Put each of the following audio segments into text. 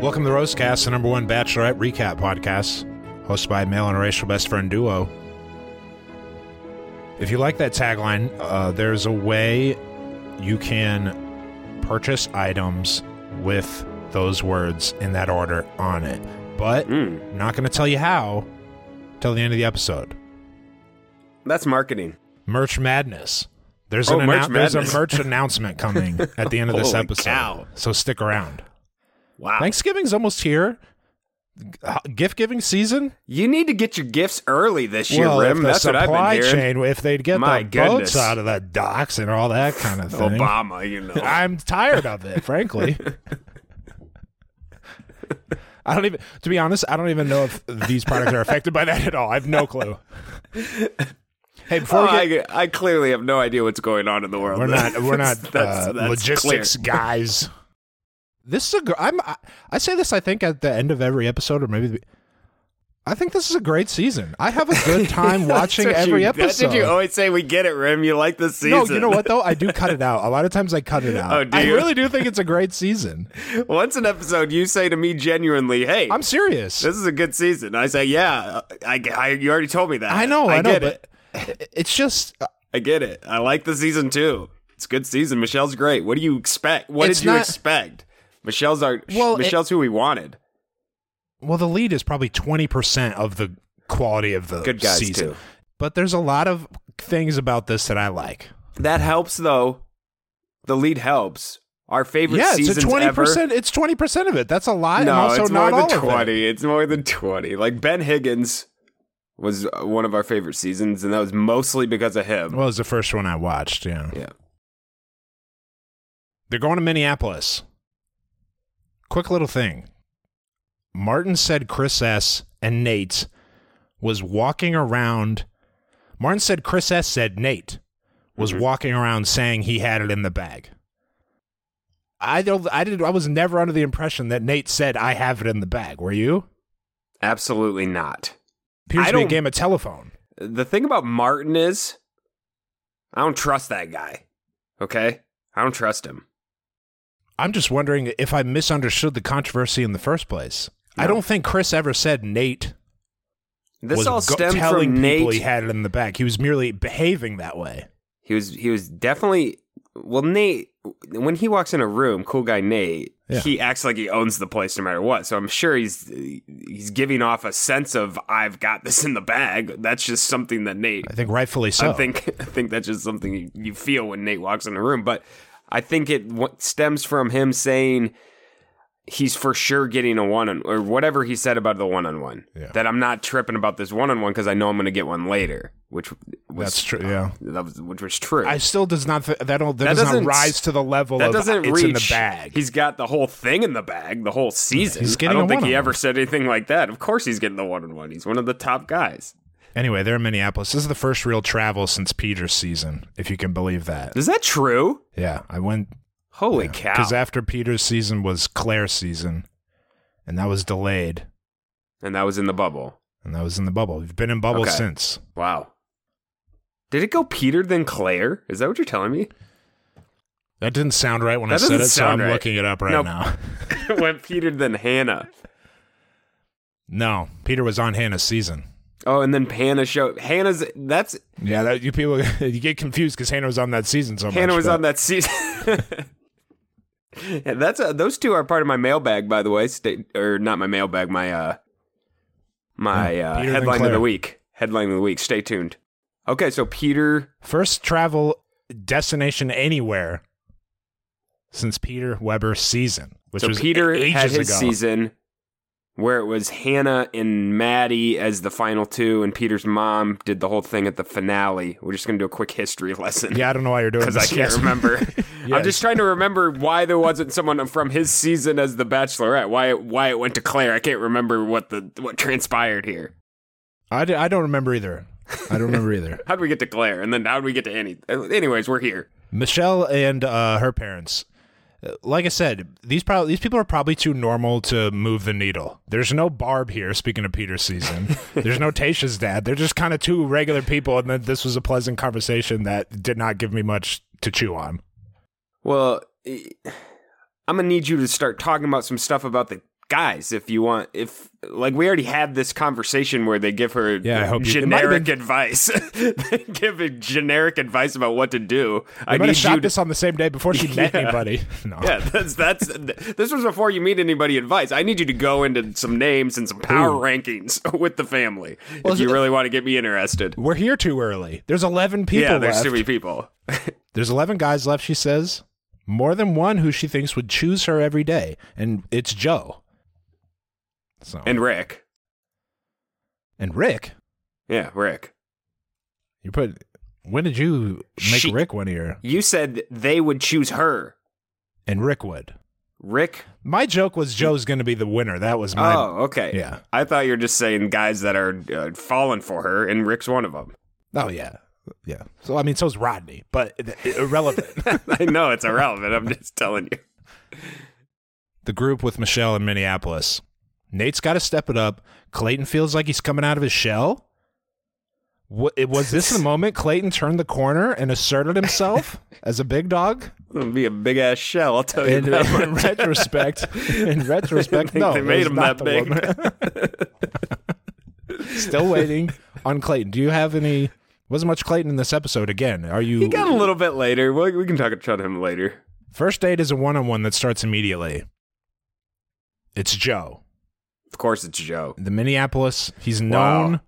Welcome to Rosecast, the number one Bachelorette recap podcast, hosted by male and racial best friend duo. If you like that tagline, uh, there's a way you can purchase items with those words in that order on it. But Hmm. I'm not going to tell you how till the end of the episode. That's marketing. Merch madness. There's Oh, an merch annou- there's a madness. merch announcement coming at the end of this Holy episode. cow. So stick around. Wow. Thanksgiving's almost here. Gift giving season. You need to get your gifts early this year, well, if Rim. the That's what I've supply been hearing. chain, if they'd get My the boats goodness. Oh, out of the docks and all that kind of thing. Obama, you know. I'm tired of it, frankly. I don't even, to be honest, I don't even know if these products are affected by that at all. I have no clue. Hey, before Oh, we get, I, I clearly have no idea what's going on in the world. we're not we're not That's- uh, that's- that's logistics clear. guys. This is a gr- I'm I, I say this I think at the end of every episode or maybe the, I think this is a great season. I have a good time That's watching what every you, episode. That's what you always say. We get it, Rim. You like the season. No, you know what though? I do cut it out. A lot of times I cut it out. Oh, do I you? really do think it's a great season. Once an episode, you say to me genuinely, "Hey, I'm serious. this is a good season." I say, "Yeah, uh, I, I- you already told me that." I know, I, know, get it. but it's just uh, I get it. I like the season too. It's a good season. Michelle's great. What do you expect? What It's did you not- expect? Michelle's our Well, it- Michelle's who we wanted. well, the lead is probably twenty percent of the quality of the Good guys, season. too. But there's a lot of things about this that I like. That helps though. The lead helps. Our favorite yeah, it's seasons a twenty ever. percent. It's twenty percent of it. That's a lot. and no, also it's not more all than of it. twenty. It's more than twenty. Like Ben Higgins was uh, one of our favorite seasons, and that was mostly because of him. Well, it was the first one I watched. Yeah, yeah. they're going to Minneapolis. Quick little thing. Martin said Chris S and Nate was walking around. Martin said Chris S said Nate was Mm-hmm. walking around saying he had it in the bag. I don't. I did. I was never under the impression that Nate said I have it in the bag. Were you? Absolutely not. Appears I to be a don't- game of telephone. The thing about Martin is, I don't trust that guy. Okay, I don't trust him. I'm just wondering if I misunderstood the controversy in the first place. I No. don't think Chris ever said Nate This was all go- stemmed telling from people Nate. he had it in the back. He was merely behaving that way. He was he was definitely well Nate when he walks in a room, cool guy Nate, Yeah. he acts like he owns the place no matter what. So I'm sure he's he's giving off a sense of I've got this in the bag. That's just something that Nate I think rightfully so. I think I think that's just something you, you feel when Nate walks in a room, but I think it w- stems from him saying he's for sure getting a one on or whatever he said about the one on one. Yeah. That I'm not tripping about this one on one because I know I'm going to get one later, which was That's true, yeah. that was, which was true. I still does not th- that don't that, That does not doesn't- rise to the level that of doesn't it's reach in the bag. He's got the whole thing in the bag, the whole season. He's getting I don't a think he one-on-one. ever said anything like that. Of course, he's getting the one on one. He's one of the top guys. anyway, they're in Minneapolis. This is the first real travel since Peter's season, if you can believe that. Is that true? Yeah, I went Holy cow! because after Peter's season was Claire's season, and that was delayed, and that was in the bubble. and that was in the bubble. We've been in bubble Okay. since. Wow. Did it go Peter then Claire? Is that what you're telling me? That didn't sound right when That I said doesn't it, so I'm sound right. looking it up right Nope. now. it went Peter then Hannah. No, Peter was on Hannah's season. Oh, and then Hannah showed Hannah's. That's Yeah, that, you people you get confused because Hannah was on that season so much. Hannah was but- on that season. Yeah, that's uh those two are part of my mailbag, by the way. Stay, or not my mailbag, my uh, my Yeah, uh, Peter headline of Vinclair. the week. Headline of the week. Stay tuned. Okay, so Peter, First travel destination anywhere since Peter Weber's season, which so was Peter a- had ages his ago. season where it was Hannah and Maddie as the final two, and Peter's mom did the whole thing at the finale. We're just gonna do a quick history lesson. Yeah, I don't know why you're doing because I this. can't Yes. remember. I'm Yes. just trying to remember why there wasn't someone from his season as the Bachelorette. Why it, why it went to Claire? I can't remember what the what transpired here. I, d- I don't remember either. I don't remember either. How would we get to Claire? And then how would we get to Annie? Anyways, we're here. Michelle and uh, her parents. Uh, Like I said, these prob- these people are probably too normal to move the needle. There's no Barb here. Speaking of Peter's season, there's no Tasha's dad. They're just kind of two regular people, and then this was a pleasant conversation that did not give me much to chew on. Well, eh, I'm gonna need you to start talking about some stuff about the guys if you want. If like we already had this conversation where they give her Yeah, I hope you- it might have generic advice. they give a generic advice about what to do. I I might have need shot you to this on the same day before she met anybody. No. Yeah, that's that's this was before you meet anybody advice. I need you to go into some names and some power rankings with the family if you really want to get me interested. We're here too early. There's 11 people Yeah, there's left. too many people. There's 11 guys left, she says. More than one who she thinks would choose her every day, and it's Joe. So And Rick. and Rick, Yeah, Rick. you put when did you make She- Rick one of your You said they would choose her. and Rick would. Rick? My joke was Joe's going to be the winner. That was my oh, okay. yeah. I thought you were just saying guys that are uh, falling for her, and Rick's one of them. Oh, yeah. Yeah. So I mean so's Rodney, but i- irrelevant. I know it's irrelevant. I'm just telling you. the group with Michelle in Minneapolis. Nate's got to step it up. Clayton feels like he's coming out of his shell. Wa- it- Was this the moment Clayton turned the corner and asserted himself as a big dog? It'll be a big ass shell. I'll tell you. uh, In, Oh, that much. in retrospect, in retrospect, They- no, they it made was him not that the moment. Still waiting on Clayton. Do you have any? Wasn't much Clayton in this episode. Again, are you? He got a little bit later. We we can talk about him later. First date is a one-on-one that starts immediately. It's Joe. Of course, it's Joe. the Minneapolis. He's Wow. known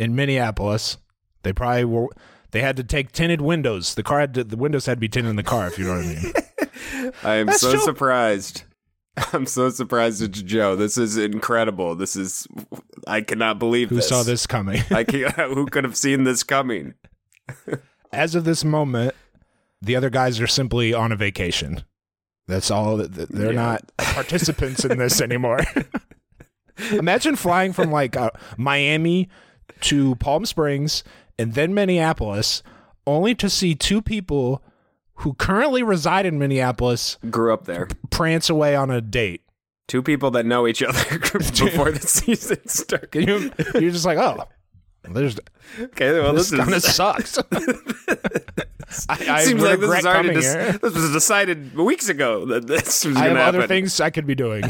in Minneapolis. They probably were. They had to take tinted windows. The car had to, the windows had to be tinted in the car. If you know what I mean. I am That's so Joe. surprised. I'm so surprised it's Joe. This is incredible. This is I cannot believe Who this. saw this coming? I can't, who could have seen this coming? As of this moment, the other guys are simply on a vacation. That's all. that- that- They're not participants in this anymore. Imagine flying from like uh, Miami to Palm Springs and then Minneapolis, only to see two people who currently reside in Minneapolis Grew up there. prance away on a date. Two people that know each other before the season started. You, are just like, oh, there's Okay, well this this, kind of is, sucks. I, I seems like this regret is already coming dis- here. this was decided weeks ago that this was I going have to happen. other things I could be doing.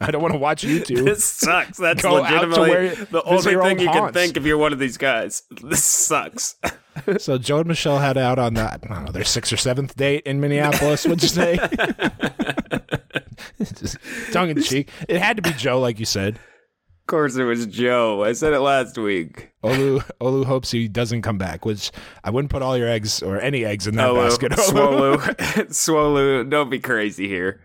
I don't want to watch you two. This sucks. That's Go out to legitimately where- the visit only your thing old you can haunts. think if you're one of these guys. This sucks. So Joe and Michelle had out on the I don't know, their sixth or seventh date in Minneapolis. Would you say? Just tongue in cheek. It had to be Joe, like you said. Of course, it was Joe. I said it last week. Olu Olu hopes he doesn't come back, which I wouldn't put all your eggs or any eggs in that Hello, basket. Swolu. Swolu, don't be crazy here.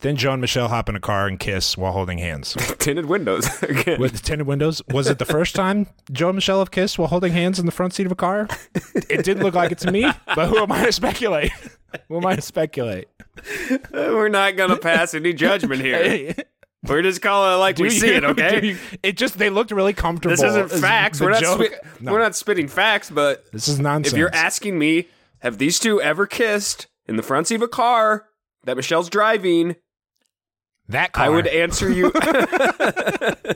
Then Joe and Michelle hop in a car and kiss while holding hands. Tinted windows again. with tinted windows. Was it the first time Joe and Michelle have kissed while holding hands in the front seat of a car? It did look like it to me, but who am I to speculate? Who am I to speculate? Uh, We're not gonna pass any judgment here. We're just calling it like we see it. do Okay. you- it just they looked really comfortable. this isn't is facts. the We're not. joke. Spit- No, We're not spitting facts. But This is nonsense. if you're asking me, have these two ever kissed in the front seat of a car that Michelle's driving? that car, I would answer you.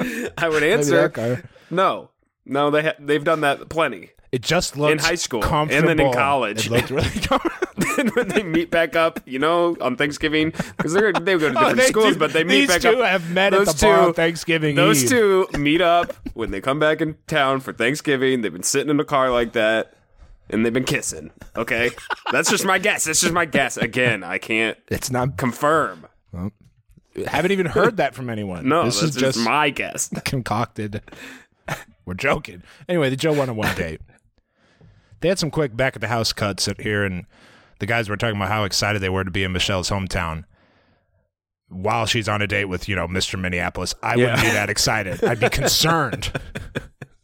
I would Maybe that answer car. no. No, they ha- they've done that plenty. It just looked high school, and then in comfortable. college. It looked really comfortable. then when they meet back up, you know, on Thanksgiving, because they go to different Oh, they schools, do. but they meet These back up. two have met at the bar on Thanksgiving Those Eve. two meet up when they come back in town for Thanksgiving. They've been sitting in a car like that. and they've been kissing. Okay, that's just my guess. That's just my guess. Again, I can't It's not. confirm. haven't even heard that from anyone. No, this that's is just, just my guess. concocted. We're joking. Anyway, the Joe one on one date. They had some quick back at the house cuts at here, and the guys were talking about how excited they were to be in Michelle's hometown. While she's on a date with you know Mr. Minneapolis, I wouldn't be Yeah. that excited. I'd be concerned.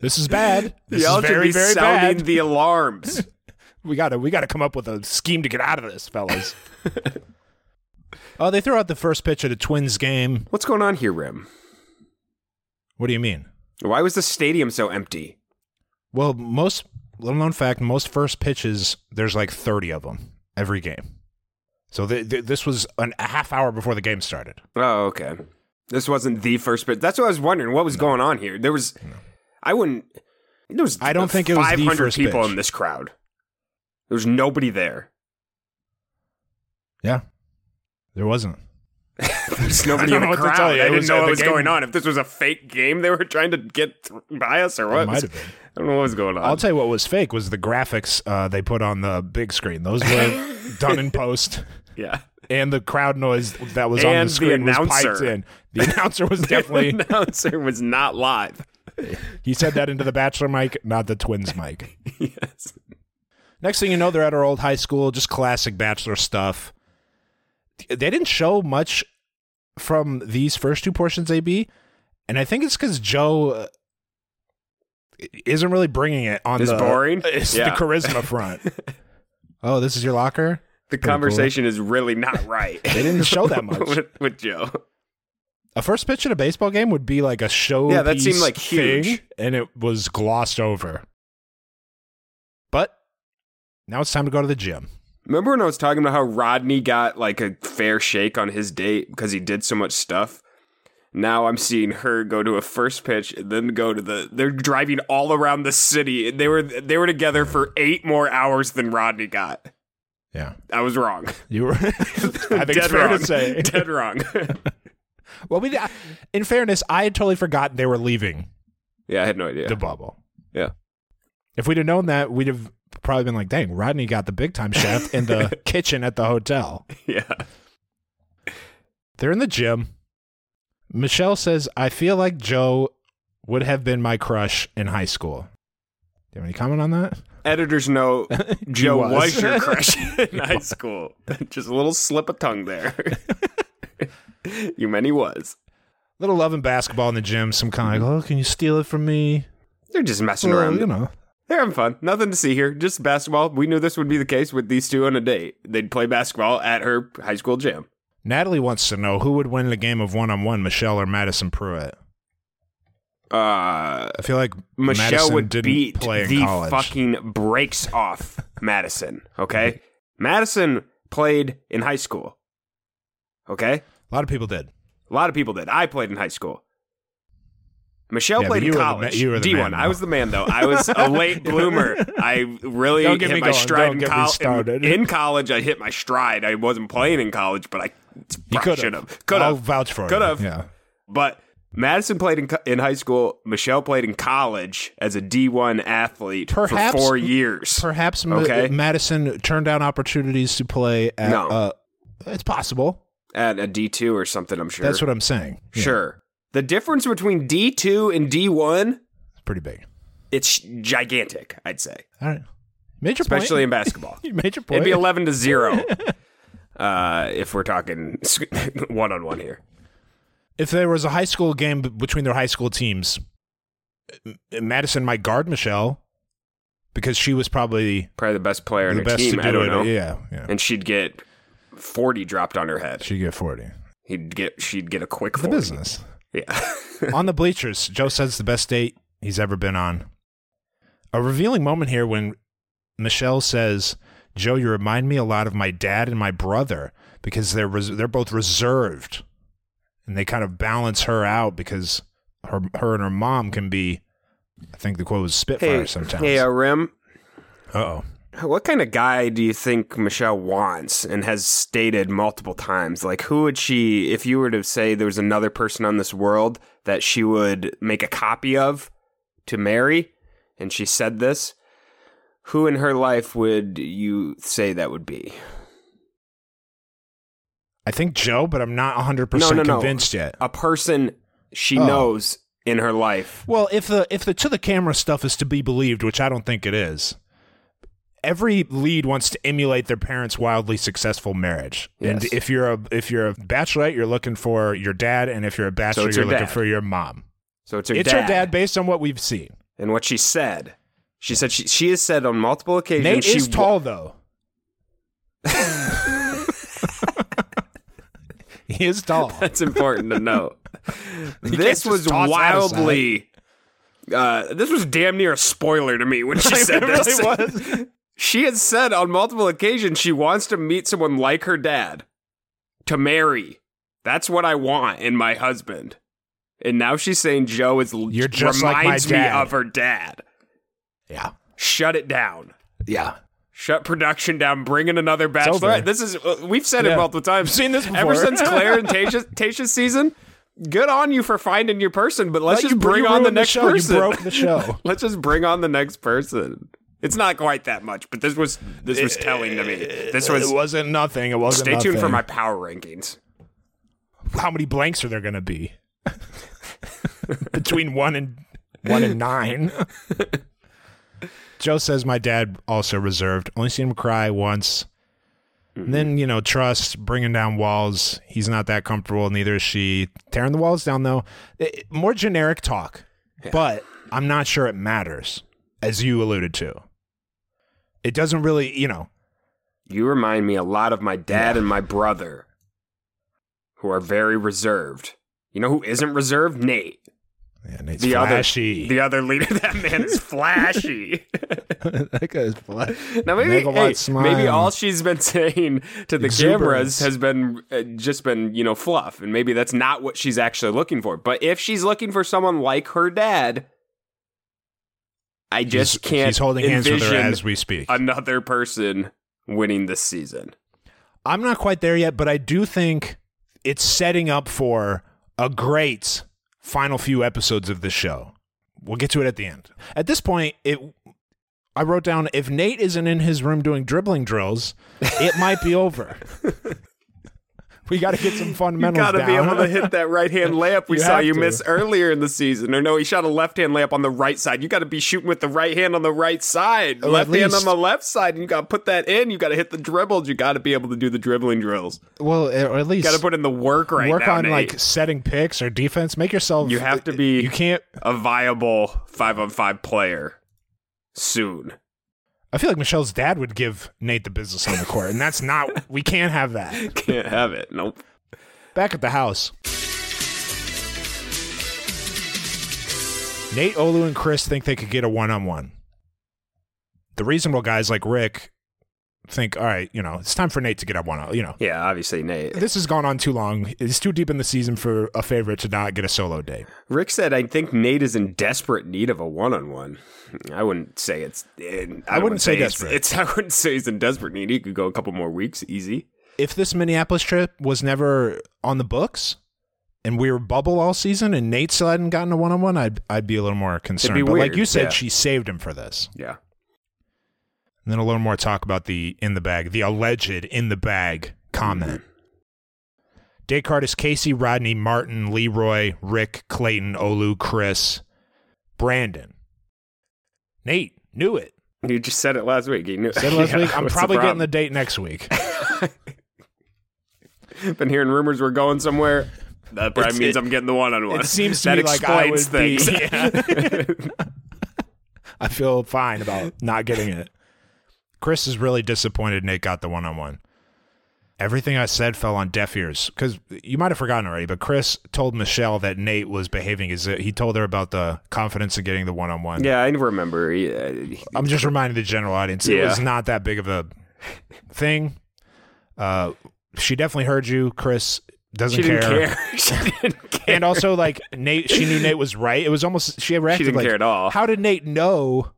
this is bad. This Y'all is should very be very sounding bad. the alarms. we gotta we gotta come up with a scheme to get out of this, fellas. oh, they threw out the first pitch at a Twins game. What's going on here, Rim? What do you mean? Why was the stadium so empty? Well, most little known fact, most first pitches, there's like 30 of them every game. So th- th- this was an, a half hour before the game started. Oh, okay. This wasn't the first pitch. That's what I was wondering. What was going on here? There was, I wouldn't. There was. I don't think it was the 500 first people pitch. in this crowd. There was nobody there. Yeah. There wasn't. There's nobody I in don't know the what to crowd. tell you. It I didn't was- know the what was game- going on. If this was a fake game they were trying to get th- by us or what? might was- have been. I don't know what was going on. I'll tell you what was fake was the graphics uh, they put on the big screen. Those were done in post. yeah. And the crowd noise that was on And the the screen was piped announcer. in. The announcer was definitely, the announcer was not live. he said that into the Bachelor mic, not the Twins mic. yes. Next thing you know, they're at our old high school, just classic bachelor stuff. They didn't show much from these first two portions, AB, and I think it's because Joe uh, isn't really bringing it on It's the boring? It's Yeah. the charisma front. oh, this is your locker. The cool. conversation is really not right. They didn't show that much. with, with Joe. A first pitch at a baseball game would be like a show. Yeah, that seemed like thing, huge. and it was glossed over. But now it's time to go to the gym. Remember when I was talking about how Rodney got like a fair shake on his date because he did so much stuff? Now I'm seeing her go to a first pitch and then go to the they're driving all around the city. They were they were together for 8 more hours than Rodney got. Yeah, I was wrong. you were. I think Dead it's fair wrong. to say Dead wrong. Well, we, I- in fairness, I had totally forgotten they were leaving yeah, I had no idea. the bubble. yeah. If we'd have known that, we'd have probably been like, "Dang, Rodney got the big time chef in the kitchen at the hotel." Yeah. They're in the gym. Michelle says, "I feel like Joe would have been my crush in high school." Do you have any comment on that? Editors note: Joe was. was. your crush in high school. Just a little slip of tongue there. you meant he was. Little love and basketball in the gym. Some kind of Mm-hmm. like, "Oh, can you steal it from me?" They're just messing Well, around. you know. They're having fun. Nothing to see here. Just basketball. We knew this would be the case with these two on a date. They'd play basketball at her high school gym. Natalie wants to know who would win the game of one on one, Michelle or Madison Pruitt. Uh, I feel like Michelle Madison would didn't beat play in the college. fucking breaks off Madison. Okay, Madison played in high school. Okay, A lot of people did. a lot of people did. I played in high school. Michelle Yeah, but played you in were the ma- college. you were the D1. man, I was though. the man though. I was a late bloomer. I really Don't get hit me my going. Don't stride in get me col- in- started. In, college, I hit my stride. I wasn't playing in college, but I could've. should have. Could I'll have. vouch for it. Could have. Yeah. But Madison played in, co- in high school. Michelle played in college as a D1 athlete Perhaps- for four years. Perhaps Ma- Okay. Madison turned down opportunities to play at. No. Uh, it's possible. at a D2 or something, I'm sure. That's what I'm saying. Yeah, Sure. The difference between D2 and D1, it's pretty big. it's gigantic, I'd say. All right. Major Especially in point. basketball. You made your point. It'd be 11 to 0 uh, if we're talking one on one here. if there was a high school game b- between their high school teams, M- Madison might guard Michelle because she was probably Probably the best player in the her best team. to do I don't it. know. Yeah. Yeah. And she'd get 40 dropped on her head. She'd get 40. He'd get, she'd get a quick The 40. business. Yeah. on the bleachers, Joe says the best date he's ever been on. A revealing moment here when Michelle says, "Joe, you remind me a lot of my dad and my brother because they're res- they're both reserved, and they kind of balance her out because her her and her mom can be, I think the quote was spitfire sometimes. Hey, uh, Rim, oh, what kind of guy do you think Michelle wants and has stated multiple times? Like, who would she, if you were to say there was another person on this world that she would make a copy of to marry, and she said this, Who in her life would you say that would be? I think Joe, but I'm not 100% convinced yet. A person she Oh. knows in her life. Well, if the if the to the camera stuff is to be believed, which I don't think it is, every lead wants to emulate their parents' wildly successful marriage. And Yes. if you're a if you're a bachelorette, you're looking for your dad, and if you're a bachelor, it's you're her looking dad. for your mom. So it's her it's dad. her dad based on what we've seen. and what she said. She said she she has said on multiple occasions Nate she is wa- tall though. he is tall. That's important to know. can't this just was toss that aside. wildly. Uh, this was damn near a spoiler to me when she said It really this. was. She had said on multiple occasions she wants to meet someone like her dad to marry. That's what I want in my husband. And now she's saying Joe is You're just like my reminds dad. me of her dad. Yeah. Shut it down. Yeah. Shut production down. Bring in another over. bachelorette. This is uh, we've said it Yeah. multiple times. I've seen this ever before. since Claire and Tasha, Tasha's season. Good on you for finding your person, but let's But just you- bring you on the ruined the next show. You person. broke the show. let's just bring on the next person. It's not quite that much, but this was this was telling to me. This was. Uh, it wasn't nothing. It wasn't. Stay tuned for nothing. my power rankings. how many blanks are there going to be between one and one and nine? Joe says my dad also reserved. Only seen him cry once. And Then you know trust bringing down walls. He's not that comfortable. Neither is she tearing the walls down though. It- more generic talk, but I'm not sure it matters as you alluded to. It doesn't really, you know. You remind me a lot of my dad and my brother, who are very reserved. You know who isn't reserved? Nate. And it's the flashy. other the other leader that man is flashy that guy's flashy. now maybe Make a hey, wide smile. maybe all she's been saying to the Exuberance. cameras has been uh, just been you know fluff and maybe that's not what she's actually looking for but if she's looking for someone like her dad i just He's- can't He's holding hands with her envision as we speak. another person winning this season I'm not quite there yet, but I do think it's setting up for a great final few episodes of this show. We'll get to it at the end. At this point, it I wrote down if Nate isn't in his room doing dribbling drills, it might be over. we got to get some you fundamentals gotta down. be able to hit that right hand layup we You saw have you to. miss earlier in the season. Or no, he shot a left hand layup on the right side. You gotta be shooting with the right hand on the right side, Or Oh, at left hand on least- the left side, and you gotta put that in. You gotta hit the dribbles. You gotta be able to do the dribbling drills. well, or at You least gotta put in the work right work now, on Nate. like setting picks or defense. Make yourself. You have to be- You can't. a viable five on five player soon. I feel like Michelle's dad would give Nate the business on the court, and that's not. We can't have that. Can't have it. Nope. Back at the house. Nate, Olu, and Chris think they could get a one on one. The reasonable guys like Rick think, all right, you know, it's time for Nate to get a one on, you know. Yeah, obviously, Nate. This has gone on too long. It's too deep in the season for a favorite to not get a solo day. Rick said, "I think Nate is in desperate need of a one-on-one." I wouldn't say it's. In, I wouldn't say it's- desperate. It's, I wouldn't say he's in desperate need. He could go a couple more weeks, easy. If this Minneapolis trip was never on the books and we were bubble all season and Nate still hadn't gotten a one on one, I'd I'd be a little more concerned. be but like weird, you said, yeah. she saved him for this. Yeah, And then a little more talk about the in the bag, the alleged in the bag comment. Mm-hmm. Descartes is Casey, Rodney, Martin, Leroy, Rick, Clayton, Olu, Chris, Brandon. Nate knew it. you Mm-hmm. just said it last week. You knew. Said last Yeah, week. I'm what's the probably getting the problem? date next week. Been hearing rumors we're going somewhere. That probably It's- means it- I'm getting the one-on-one. it seems to that me like I explains would be- things. I feel fine about not getting it. Chris is really disappointed Nate got the one on one. Everything I said fell on deaf ears because you might have forgotten already, but Chris told Michelle that Nate was behaving as if- he told her about the confidence in getting the one on one. yeah, I remember. He, uh, he- I'm just reminding the general audience it Yeah. was not that big of a thing. Uh, she definitely heard you, Chris. Doesn't she didn't care. care. she didn't care. And also, like Nate, she knew Nate was right. It was almost she reacted didn't like, care at all. How did Nate know?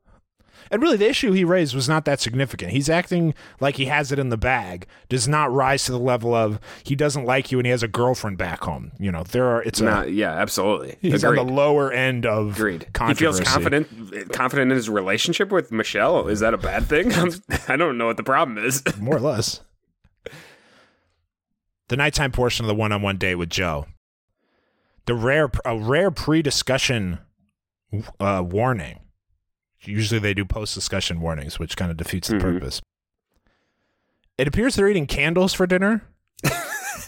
And really, the issue he raised was not that significant. He's acting like he has it in the bag, does not rise to the level of he doesn't like you and he has a girlfriend back home. You know, there are, it's Nah, a, yeah, absolutely. he's Agreed. on the lower end of Agreed. He feels controversy. confident confident in his relationship with Michelle. Is that a bad thing? I'm, I don't know what the problem is. more or less. The nighttime portion of the one-on-one date with Joe. The rare, a rare pre-discussion uh, warning. Usually they do post-discussion warnings, which kind of defeats the Mhm. purpose. It appears they're eating candles for dinner.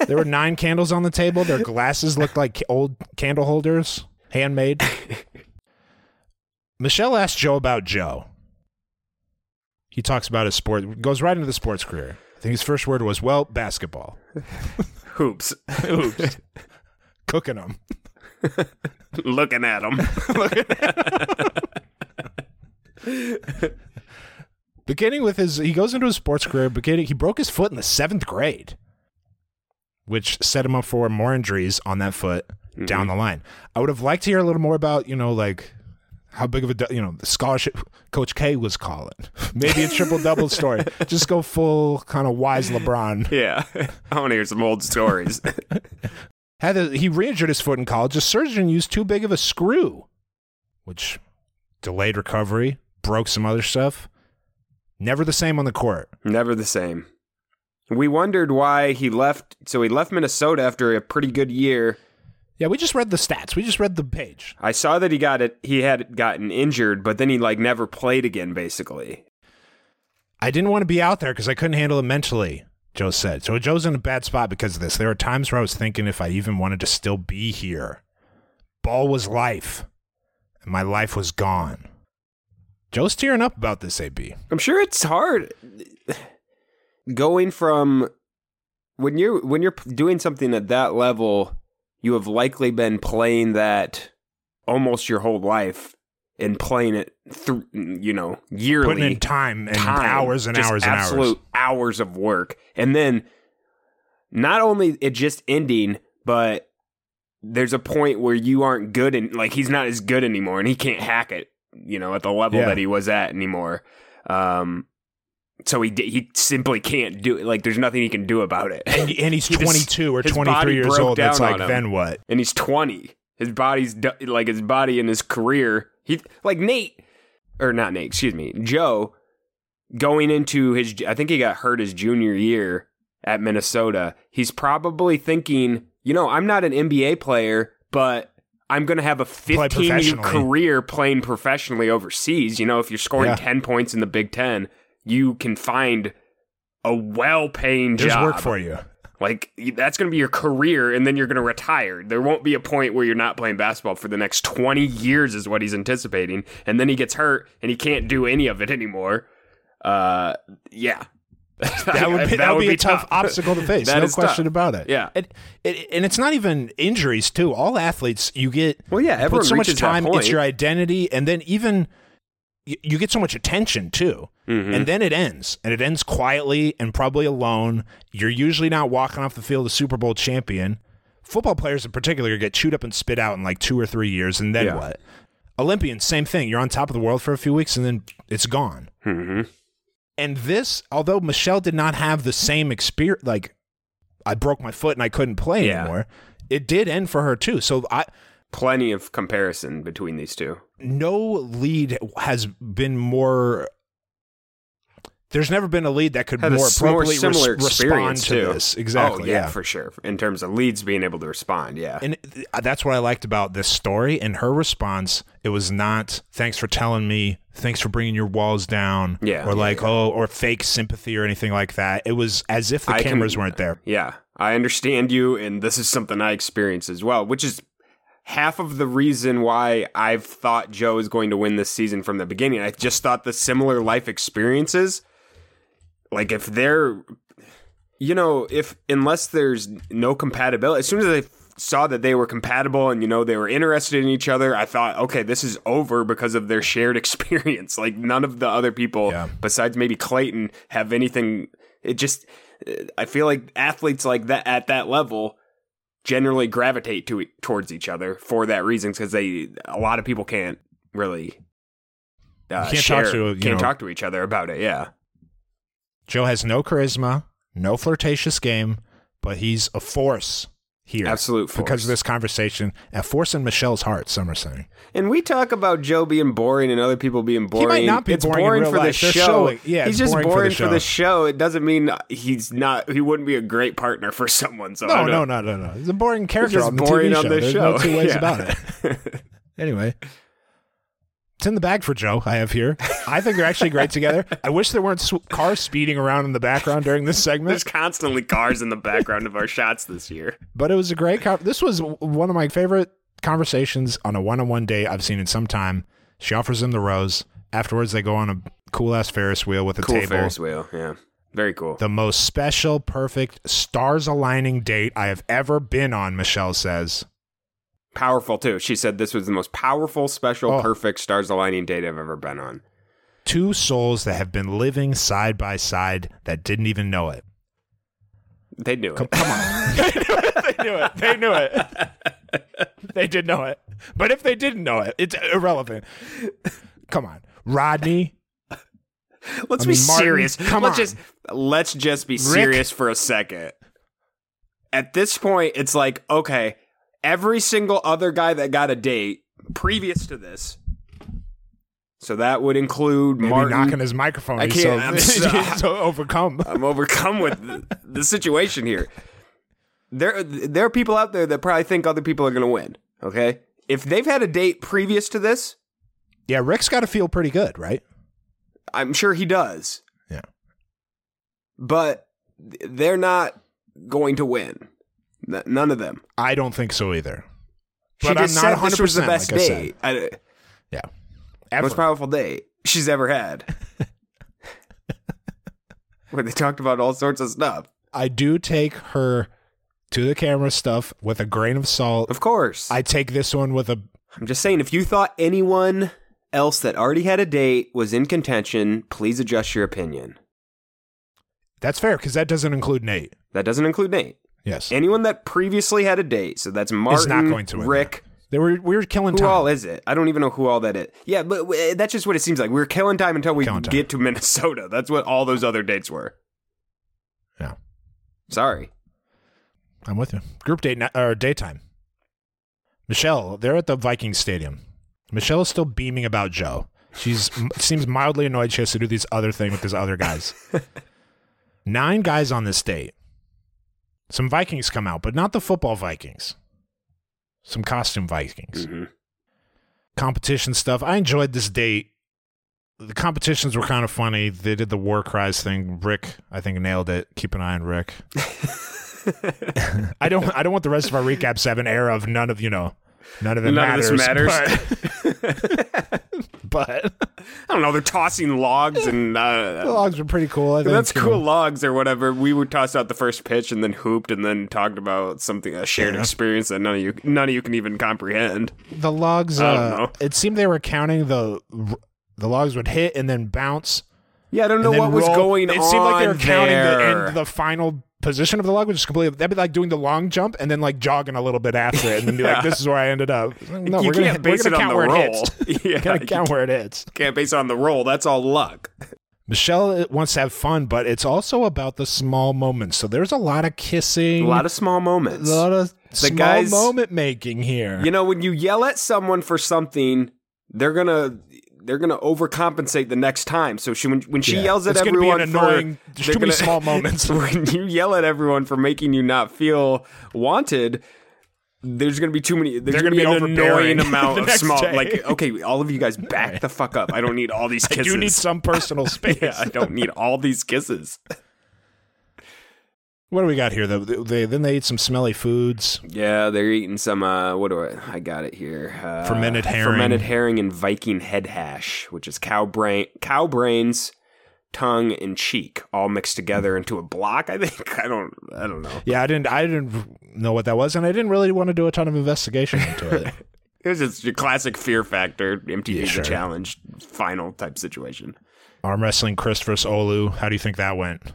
there were nine candles on the table. Their glasses looked like old candle holders, handmade. Michelle asked Joe about Joe. He talks about his sport, goes right into the sports career. I think his first word was, well, basketball. Hoops. Oops. Cooking them. Looking at him. Beginning with his, he goes into his sports career, beginning, he broke his foot in the seventh grade, which set him up for more injuries on that foot down the line. I would have liked to hear a little more about, you know, like how big of a, du- you know, the scholarship Coach K was calling. Maybe a triple double story. Just go full kind of wise LeBron. yeah. I want to hear some old stories. had a, he re-injured his foot in college. A surgeon used too big of a screw, which delayed recovery, broke some other stuff. Never the same on the court. Never the same. We wondered why he left. So he left Minnesota after a pretty good year. Yeah, we just read the stats. We just read the page. I saw that he got it. He had gotten injured, but then he like never played again. Basically, I didn't want to be out there because I couldn't handle it mentally. Joe said. So Joe's in a bad spot because of this. There were times where I was thinking if I even wanted to still be here. Ball was life, and my life was gone. Joe's tearing up about this, AB. I'm sure it's hard going from when you're when you're doing something at that level. You have likely been playing that almost your whole life and playing it through, you know, yearly. Putting in time and time, hours and just hours and hours. absolute hours of work, and then not only it just ending, but there's a point where you aren't good and like he's not as good anymore, and he can't hack it, you know, at the level Yeah. that he was at anymore. Um, so he di- he simply can't do it. Like there's nothing he can do about it, and, and he's He just- 22 or his 23 body years broke old. That's down like, on him. then what? and he's 20. His body's do- like his body and his career. He like Nate or not Nate, excuse me, Joe going into his I think he got hurt his junior year at Minnesota. He's probably thinking, you know, I'm not an NBA player, but I'm going to have a 15 year professionally. career playing professionally overseas. You know, if you're scoring Yeah. 10 points in the Big 10, you can find a well-paying There's job. work for you. Like that's going to be your career, and then you're going to retire. There won't be a point where you're not playing basketball for the next 20 years, is what he's anticipating. And then he gets hurt, and he can't do any of it anymore. Uh, yeah, That would be, that would be, a tough, obstacle to face. That no is tough. question about it. Yeah. And, it, and it's not even injuries, too. All athletes, you get Well, yeah, you put everyone so much reaches that time. point. It's your identity. And then even you, you get so much attention, too. Mm-hmm. And then it ends. And it ends quietly and probably alone. You're usually not walking off the field a Super Bowl champion. Football players in particular get chewed up and spit out in like two or three years. And then Yeah. what? Olympians, same thing. You're on top of the world for a few weeks and then it's gone. hmm And this, although Michelle did not have the same experience, like I broke my foot and I couldn't play Yeah. anymore, it did end for her too. So I Plenty of comparison between these two. no lead has been more. There's never been a lead that could Had a more s- more appropriately res- similar respond experience to too. this. Exactly. Oh, yeah, for sure. In terms of leads being able to respond, yeah. and th- that's what I liked about this story and her response. It was not thanks for telling me, thanks for bringing your walls down, Yeah, or yeah, like yeah. oh, or fake sympathy or anything like that. It was as if the I can- cameras weren't there. Yeah, I understand you, and this is something I experience as well, which is half of the reason why I've thought Joe is going to win this season from the beginning. I just thought the similar life experiences, like if they're, you know, if unless there's no compatibility, as soon as I saw that they were compatible and you know they were interested in each other, I thought, okay, this is over because of their shared experience. Like none of the other people Yeah. besides maybe Clayton have anything. It just, I feel like athletes like that at that level generally gravitate to towards each other for that reason because they a lot of people can't really uh, You can't share, talk to, you can't know- talk to each other about it. Yeah, Joe has no charisma, no flirtatious game, but he's a force here. Absolute force. Because of this conversation, a force in Michelle's heart, some are saying. and we talk about Joe being boring and other people being boring. not be it's boring in boring real for the life. They're show. showing- yeah, he's it's just boring for the boring for the, show. show. It doesn't mean he's not. He wouldn't be a great partner for someone. So I No, don't- no, no, no, no. He's a boring He's character just on the boring TV on show. the There's show. no two ways Yeah. about it. Anyway, it's in the bag for Joe. I have here. I think they're actually great together. I wish there weren't sw- cars speeding around in the background during this There's segment, constantly cars in the background of our shots this year. but it was a great. Con- this was w- one of my favorite conversations on a one-on-one date I've seen in some time. She offers him the rose. Afterwards, they go on a cool ass Ferris wheel with a Cool table. Ferris wheel. Yeah, very cool. The most special, perfect, stars aligning date I have ever been on. Michelle says. powerful too. She said this was the most powerful, special, Oh. perfect stars aligning date I've ever been on. Two souls that have been living side by side that didn't even know it. They knew it. Come on. they knew it. They knew it. They knew it. They did know it. But if they didn't know it, it's irrelevant. Come on. Rodney, Let's I be mean, Martin, serious. come let's on. just let's just be serious for a second. At this point, it's like okay, every single other guy that got a date previous to this. So that would include maybe Martin. knocking his microphone. I He's so, can't- I'm he's so- so overcome. I'm overcome with th- the situation here. There, there are people out there that probably think other people are going to win. Okay, if they've had a date previous to this, Yeah, Rick's got to feel pretty good, right? I'm sure he does, Yeah. but th- they're not going to win. N- None of them. I don't think so either. she But I'm just not said 100%. this was the best like I said. date, I- Yeah. most powerful date she's ever had. Where they talked about all sorts of stuff. I do take her to the camera stuff with a grain of salt. Of course, I take this one with a I'm just saying, if you thought anyone else that already had a date was in contention, please adjust your opinion. That's fair because that doesn't include Nate. That doesn't include Nate. Yes, Anyone that previously had a date, so that's not Martin, going to win Rick. they were we were killing Who time. all is it? I don't even know who all that is. Yeah, but w- that's just what it seems like. We're killing time until we Killing time. get to Minnesota. That's what all those other dates were. yeah, Sorry. I'm with you. Group date ni- or daytime. Michelle, they're at the Viking Stadium. Michelle is still beaming about Joe. She's m- seems mildly annoyed she has to do this other thing with these other guys. Nine guys on this date. Some Vikings come out, but not the football Vikings. Some costume Vikings. Competition stuff. I enjoyed this date. The competitions were kind of funny. They did the war cries thing. Rick, I think, nailed it. Keep an eye on Rick. I don't. I don't want the rest of our recaps to have an air of none of you know, none of it None matters. of this matters. But, but I don't know. They're tossing logs and uh, the logs were pretty cool. I think that's you know. cool logs or whatever. We would toss out the first pitch and then hooped and then talked about something a shared Yeah. experience that none of you none of you can even comprehend. The logs. I don't uh, know. It seemed they were counting the the logs would hit and then bounce. Yeah, I don't know and then what was roll. going on. It seemed like they were counting the there. end, the final position of the log, which is completely. That'd be like doing the long jump and then like jogging a little bit after it, and then be like, Yeah. "This is where I ended up." No, You we're gonna, we're can't base gonna it on count the where it roll. hits. Yeah, we're gonna you count where it hits. Can't base it on the roll. That's all luck. Michelle uh, wants to have fun, but it's also about the small moments. So there's a lot of A kissing, lot of small a moments. lot of small guys- moment making here. You know, when you yell at someone for something, they're gonna they're gonna overcompensate the next time. So she when, when she Yeah. yells at It's gonna be everyone, an for- annoying- there's they're too many small moments. when you yell at everyone for making you not feel wanted. There's gonna be too many. There's They're gonna, gonna be be an annoying overbearing amount the of next small. day. Like, okay, all of you guys, back the fuck up. I don't need all these I kisses. do need some personal space. Yeah, I don't need all these kisses. What do we got here? Though they then they ate some smelly foods. Yeah, they're eating some. Uh, what do I? I got it here. Uh, Fermented herring. fermented herring, and Viking head hash, which is cow brain, cow brains, tongue, and cheek, all mixed together into a block. I think. I don't. I don't know. Yeah, I didn't I didn't know what that was, and I didn't really want to do a ton of investigation into it. It was just your classic Fear Factor MTV Yeah, sure. The Challenge final type situation. Arm wrestling Chris versus Olu. How do you think that went?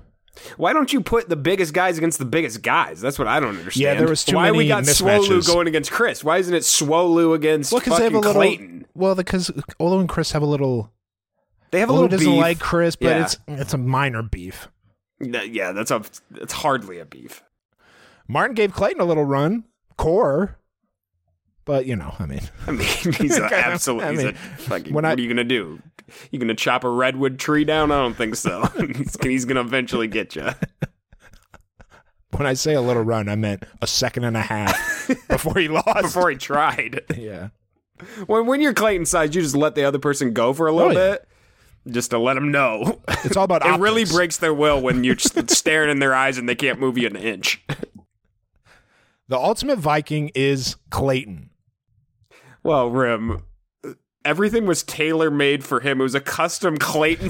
Why don't you put the biggest guys against the biggest guys? That's what I don't understand. Yeah, there was too Why we many got Swolu mismatches. going against Chris? Why isn't it Swolu against Well, fucking they have a little. Clayton? Well, because Olu and Chris have a little They have a Lou little doesn't beef. like Chris, but Yeah. it's it's a minor beef. Th- yeah, that's a it's hardly a beef. Martin gave Clayton a little run, core, but you know, I mean, I mean, he's Kind of, an absolute. I he's mean, a fucking. when I- what are you gonna do? You gonna chop a redwood tree down? I don't think so. he's, he's gonna eventually get you. when I say a little run, I meant a second and a half before he lost. Before he tried. yeah, When when you're Clayton size, you just let the other person go for a little Oh, yeah. bit, just to let them know. it's all about. It really optics. breaks their will when you're just staring in their eyes and they can't move you an inch. The ultimate Viking is Clayton. Well, Rim, everything was tailor made for him. It was a custom Clayton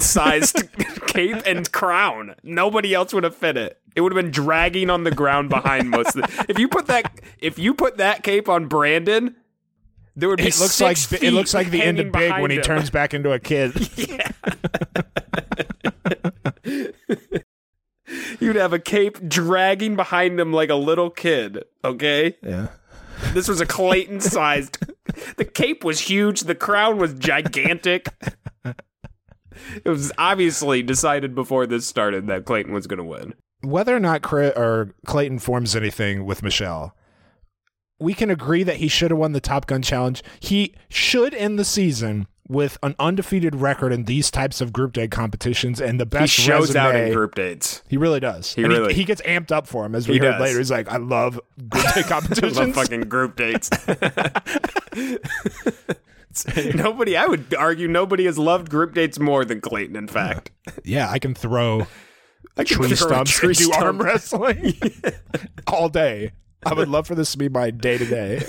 sized cape and crown. Nobody else would have fit it. It would have been dragging on the ground behind most. Of the, if you put that, if you put that cape on Brandon, there would be. It looks six like it feet looks like the end hanging of Big behind when he him. turns back into a kid. You'd have a cape dragging behind him like a little kid. Okay. yeah. This was a Clayton sized. The cape was huge. The crown was gigantic. It was obviously decided before this started that Clayton was going to win. whether or not Chris or Clayton forms anything with Michelle, we can agree that he should have won the Top Gun challenge. He should end the season with an undefeated record in these types of group day competitions and the He best shows resume. out in group dates. He really does. He And really- he, gets amped up for him as we He heard does. later. He's like, I love group day I competitions. love fucking group dates. nobody, I would argue, nobody has loved group dates more than Clayton. In fact, yeah, I can throw I can tree throw a stumps tree and do stump. arm wrestling all day. I would love for this to be my day to day.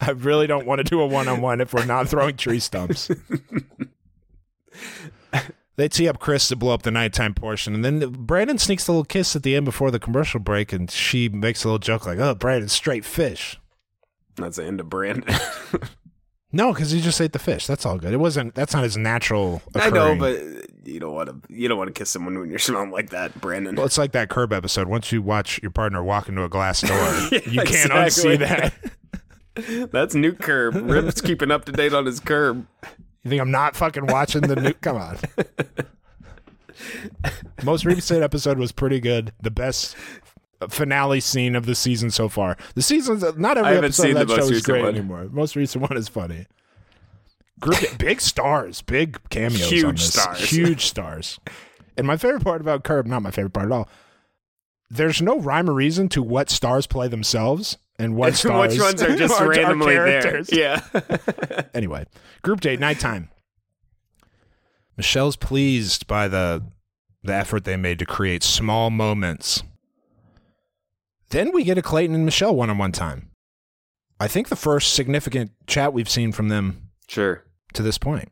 I really don't want to do a one on one if we're not throwing tree stumps. They tee up Chris to blow up the nighttime portion, and then Brandon sneaks a little kiss at the end before the commercial break, and she makes a little joke like, "Oh, Brandon's straight fish." That's the end of Brandon. No, because he just ate the fish. That's all good. It wasn't. That's not his natural. I know, occurring. but you don't want to. You don't want to kiss someone when you're smelling like that, Brandon. Well, it's like that curb episode. Once you watch your partner walk into a glass door, you can't exactly. unsee that. That's new curb. Rip's keeping up to date on his curb. You think I'm not fucking watching the new? Come on. Most recent episode was pretty good. The best finale scene of the season so far. The season's not every haven't episode seen of that the most show is recent great one. anymore. The most recent one is funny. Group, big stars, big cameos, on Huge this. stars. huge stars. And my favorite part about Curb, not my favorite part at all. There's no rhyme or reason to what stars play themselves and what stars Which ones are just randomly there? characters. Yeah. Anyway, group date, nighttime. Michelle's pleased by the the effort they made to create small moments. Then we get a Clayton and Michelle one on one time. I think the first significant chat we've seen from them Sure. to this point.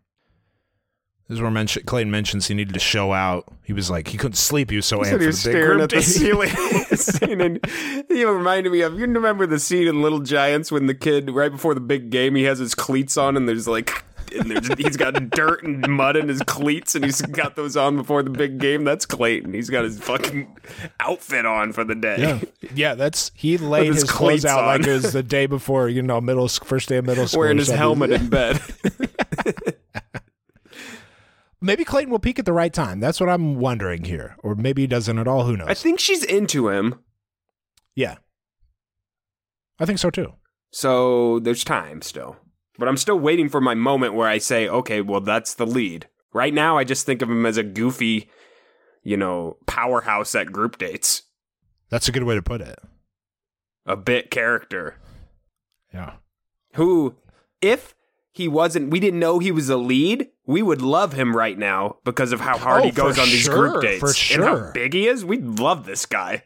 This is where mention, Clayton mentions he needed to show out. He was like, he couldn't sleep. He was so amped He for said he the was big staring group at the date. ceiling. scene and he reminded me of you remember the scene in Little Giants when the kid right before the big game he has his cleats on and there's like and there's, he's got dirt and mud in his cleats and he's got those on before the big game. That's Clayton. He's got his fucking outfit on for the day. Yeah, yeah. That's he laid his his, clothes cleats out on. like it was the day before. You know, middle sc- first day of middle school. Wearing or his something. helmet in bed. Maybe Clayton will peak at the right time. That's what I'm wondering here. Or maybe he doesn't at all. Who knows? I think she's into him. yeah. I think so too. So there's time still. But I'm still waiting for my moment where I say, okay, well, that's the lead. Right now, I just think of him as a goofy, you know, powerhouse at group dates, That's a good way to put it. a bit character Yeah. who, if he wasn't, we didn't know he was a lead, we would love him right now because of how hard Oh, he goes for on these sure, group dates for and sure. how big he is. We love this guy.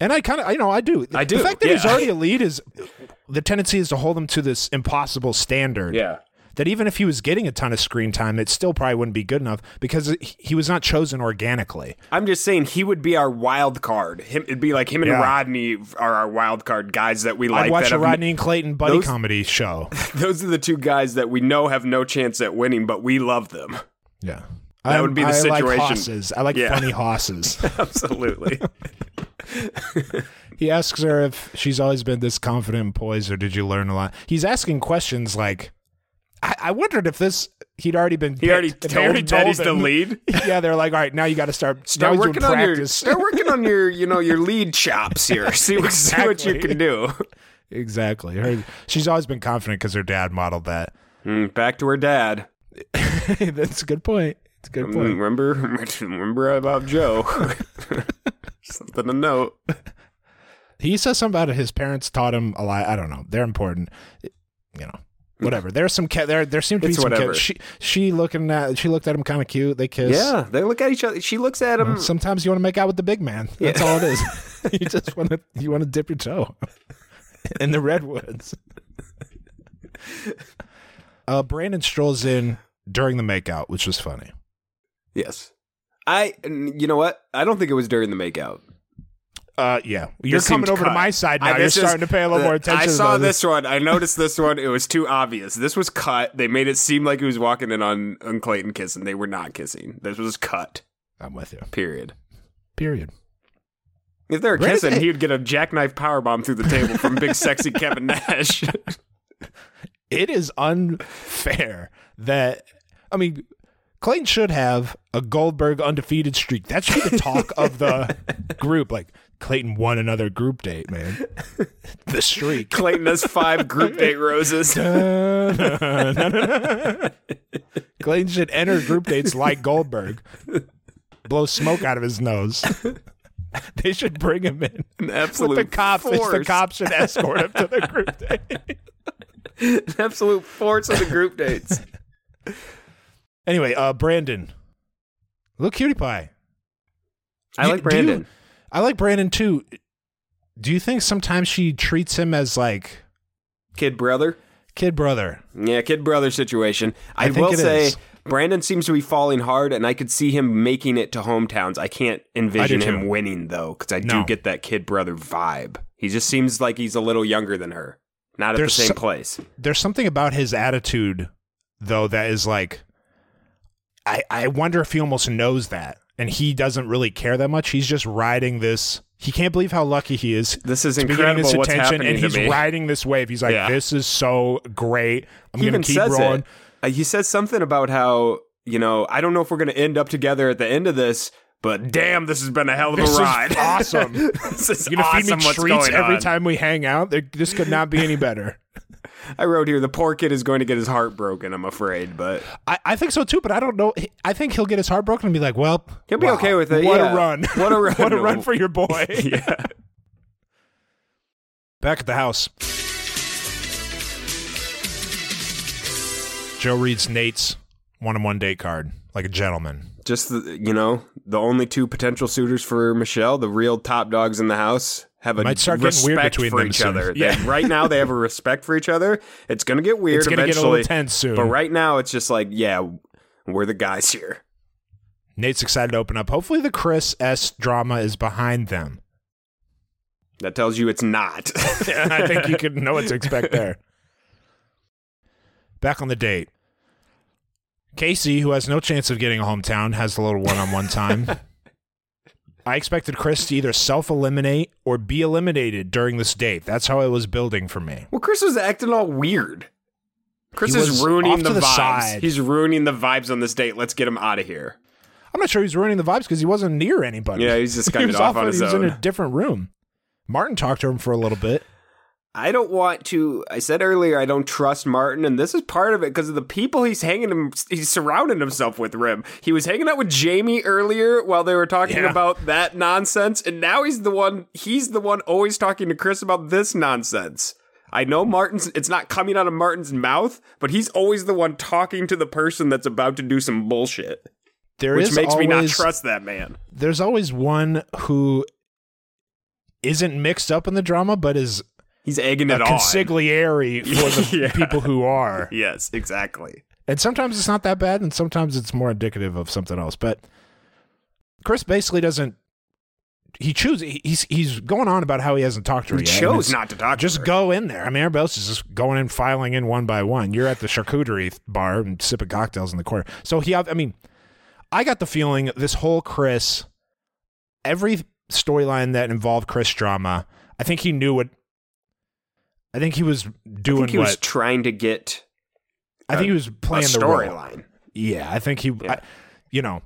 And I kind of, you know, I do. I do, The fact that he's yeah. already a lead is the tendency is to hold him to this impossible standard. Yeah. That even if he was getting a ton of screen time, it still probably wouldn't be good enough because he- he was not chosen organically. I'm just saying he would be our wild card. Him, it'd be like him and Yeah. Rodney are our wild card guys that we like. I'd watch that a have- Rodney and Clayton buddy those- comedy show. Those are the two guys that we know have no chance at winning, but we love them. Yeah. That would be the I Like situation. hosses. I like Yeah. funny hosses. Absolutely. He asks her if she's always been this confident and poised, or did you learn a lot? He's asking questions like, I, I wondered if this he'd already been. He already, picked, if he already they already dead. He's the told him. lead. yeah, they're like, all right, now you got to start. now Start he's doing working on your practice." start working on your you know your lead chops here. See what see what you Exactly. can do. exactly. Her, she's always been confident because her dad modeled that. Mm, back to her dad. That's a good point. It's a good Mm, point. Remember remember about Joe. Something to note. He says something about his parents taught him a lot. I don't know. They're important. It- you know, whatever. There's some cat. There, there seem to be It's some. whatever. Cat. She, she looking at. She looked at him kind of cute. They kiss. Yeah, they look at each other. She looks at him. Sometimes you want to make out with the big man. That's all it is. you just want to. You want to dip your toe in the redwoods. Uh, Brandon strolls in during the makeout, which was funny. Yes. I and you know what? I don't think it was during the makeout. Uh, yeah, you're This coming seemed over to cut. my side now. I- You're this is- starting to pay a little uh, more attention. I saw about this. one. I noticed this one. It was too obvious. This was cut. They made it seem like he was walking in on, on Clayton kissing. They were not kissing. This was cut. I'm with you. Period. Period. If they were Brandon- kissing, he'd get a jackknife powerbomb through the table from big sexy Kevin Nash. it is unfair that I mean Clayton should have a Goldberg undefeated streak. That should be the talk of the group. Like Clayton won another group date, man. The streak. Clayton has five group date roses. Clayton should enter group dates like Goldberg. Blow smoke out of his nose. They should bring him in. An With absolute the cops, it's the force. cops should escort him to the group date. An absolute force of the group dates. Anyway, uh, Brandon, little cutie pie. I like Do you- Brandon. I like Brandon too. Do you think sometimes she treats him as like Kid brother. kid brother? Yeah, kid brother situation. I, I think will it say is. Brandon seems to be falling hard, and I could see him making it to hometowns. I can't envision too. him winning though, because I No. do get that kid brother vibe. He just seems like he's a little younger than her, not at There's the same so- place. There's something about his attitude though that is like I I wonder if he almost knows that and he doesn't really care that much. He's just riding this. He can't believe how lucky he is. This is to be getting incredible. This What's attention, happening and to he's me? riding this wave. He's like, Yeah. "This is so great. I'm he gonna even keep says rolling." it. Uh, he says something about how you know I don't know if we're going to end up together at the end of this, but damn, this has been a hell of This a is ride. awesome. this is You're gonna awesome. feed me what's treats going every on. time we hang out. There- This could not be any better. I wrote here. The poor kid is going to get his heart broken. I'm afraid, but I, I think so too, but I don't know. I think he'll get his heart broken and be like, "Well, He'll be wow, okay with it, What yeah. a run! What a run. what a run for your boy!" yeah. Back at the house, Joe reads Nate's one-on-one date card like a gentleman. Just the, you know, the only two potential suitors for Michelle, the real top dogs in the house, have a Might start respect getting weird between for them each soon. other. They- Yeah. right now, they have a respect for each other. It's gonna get weird. It's gonna get a little eventually, tense soon. But right now, it's just like, yeah, we're the guys here. Nate's excited to open up. Hopefully, the Chris S drama is behind them. That tells you it's not. I think you can know what to expect there. Back on the date. Casey, who has no chance of getting a hometown, has a little one on one time. I expected Chris to either self eliminate or be eliminated during this date. That's how it was building for me. well, Chris was acting all weird. Chris He is was ruining off the, to the vibes. side. He's ruining the vibes on this date. Let's get him out of here. I'm not sure he was ruining the vibes because he wasn't near anybody. Yeah, he's just he kinda was off on his he was own. in a different room. Martin talked to him for a little bit. I don't want to. I said earlier I don't trust Martin, and this is part of it because of the people he's hanging him. He's surrounding himself with. Rim. He was hanging out with Jamie earlier while they were talking Yeah. about that nonsense, and now he's the one. He's the one always talking to Chris about this nonsense. I know Martin's. It's not coming out of Martin's mouth, but he's always the one talking to the person that's about to do some bullshit, There which is makes me not always- trust that man. there's always one who isn't mixed up in the drama but is He's egging a it on. consigliere for the Yeah. people who are. Yes, exactly. And sometimes it's not that bad and sometimes it's more indicative of something else. But Chris basically doesn't he chooses he- he's he's going on about how he hasn't talked to her He yet, and chose it's- not to talk to Just her. go in there. I mean everybody else is just going in filing in one by one. You're at the charcuterie bar and sipping cocktails in the corner. So he I mean I got the feeling this whole Chris, every storyline that involved Chris drama, I think he knew what. I think he was I doing think he what was trying to get I think he was a playing the role. storyline. Yeah, I think he. I, you know,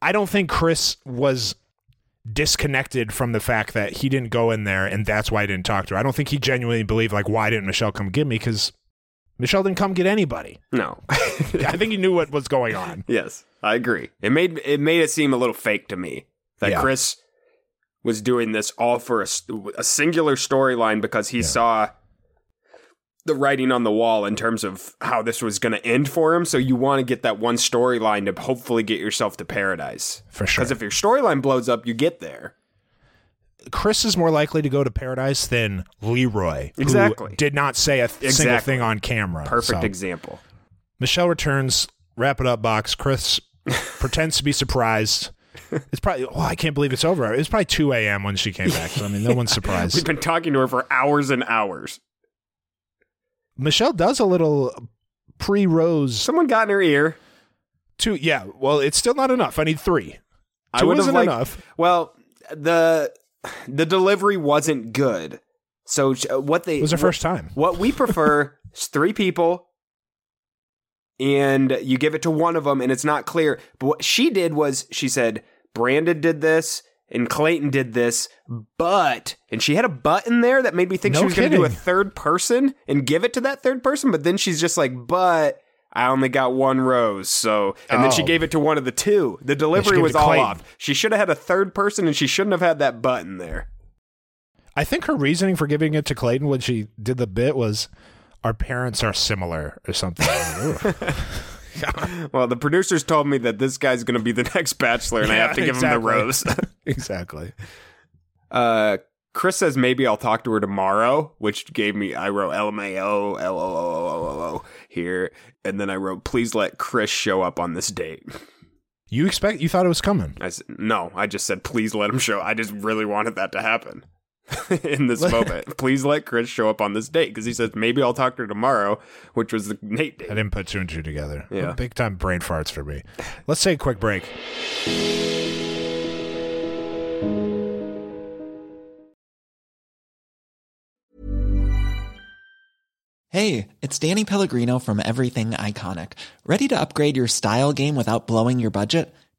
I don't think Chris was disconnected from the fact that he didn't go in there and that's why I didn't talk to her. I don't think he genuinely believed like why didn't Michelle come get me because Michelle didn't come get anybody. No. I think he knew what was going on. yes, I agree. It made it made it seem a little fake to me that Yeah. Chris was doing this all for a, s- a singular storyline because he saw the writing on the wall in terms of how this was going to end for him. So you want to get that one storyline to hopefully get yourself to paradise. For sure. Because if your storyline blows up, you get there. Chris is more likely to go to paradise than Leroy, who Exactly. did not say a th- single Exactly. thing on camera. Perfect So, example. Michelle returns. Wrap it up, box. Chris pretends to be surprised. It's probably. Oh, I can't believe it's over. It was probably two a.m. when she came back. So I mean, no one's We've surprised. been talking to her for hours and hours. Michelle does a little pre-rose. Someone got in her ear. Two. Yeah. Well, it's still not enough. I need three. I Two would have isn't liked- enough. Well, the the delivery wasn't good. So sh- uh, what they It was her first time. What we prefer is three people, and you give it to one of them, and it's not clear. But what she did was she said Brandon did this and Clayton did this, but and she had a but in there that made me think No she was going to do a kidding. third person and give it to that third person. But then she's just like, but. I only got one rose, so and then she Oh. gave it to one of the two. The gave delivery it was to all Clayton. off. She should have had a third person, and she shouldn't have had that button there. I think her reasoning for giving it to Clayton when she did the bit was, "Our parents are similar" or something. Ugh. Well, the producers told me that this guy's going to be the next bachelor, and I Yeah, have to give him the exactly. rose. exactly. uh, Chris says maybe I'll talk to her tomorrow, which gave me I wrote LMAO LOLOLOLO here, and then I wrote please let Chris show up on this date. You expect? You thought it was coming. I said no, I just said please let him show. I just really wanted that to happen in this moment. Please let Chris show up on this date because he says maybe I'll talk to her tomorrow, which was the Nate I date. didn't put two and two together. Yeah. Big time brain farts for me. Let's take a quick break. Hey, it's Danny Pellegrino from Everything Iconic. Ready to upgrade your style game without blowing your budget?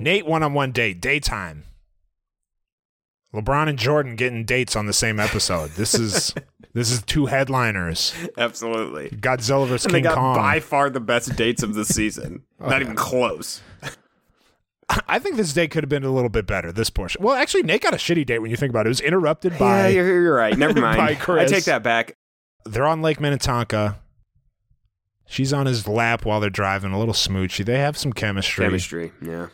Nate one on one date, daytime. LeBron and Jordan getting dates on the same episode. This is this is two headliners. Absolutely. Godzilla versus And they King got Kong. by far the best dates of the season. Not even close. I think this date could have been a little bit better. This portion. Well, actually, Nate got a shitty date when you think about it. It was interrupted by Yeah, you're, you're right. Never mind. By Chris. I take that back. they're on Lake Minnetonka. She's on his lap while they're driving, a little smoochy. They have some chemistry. Chemistry. Yeah.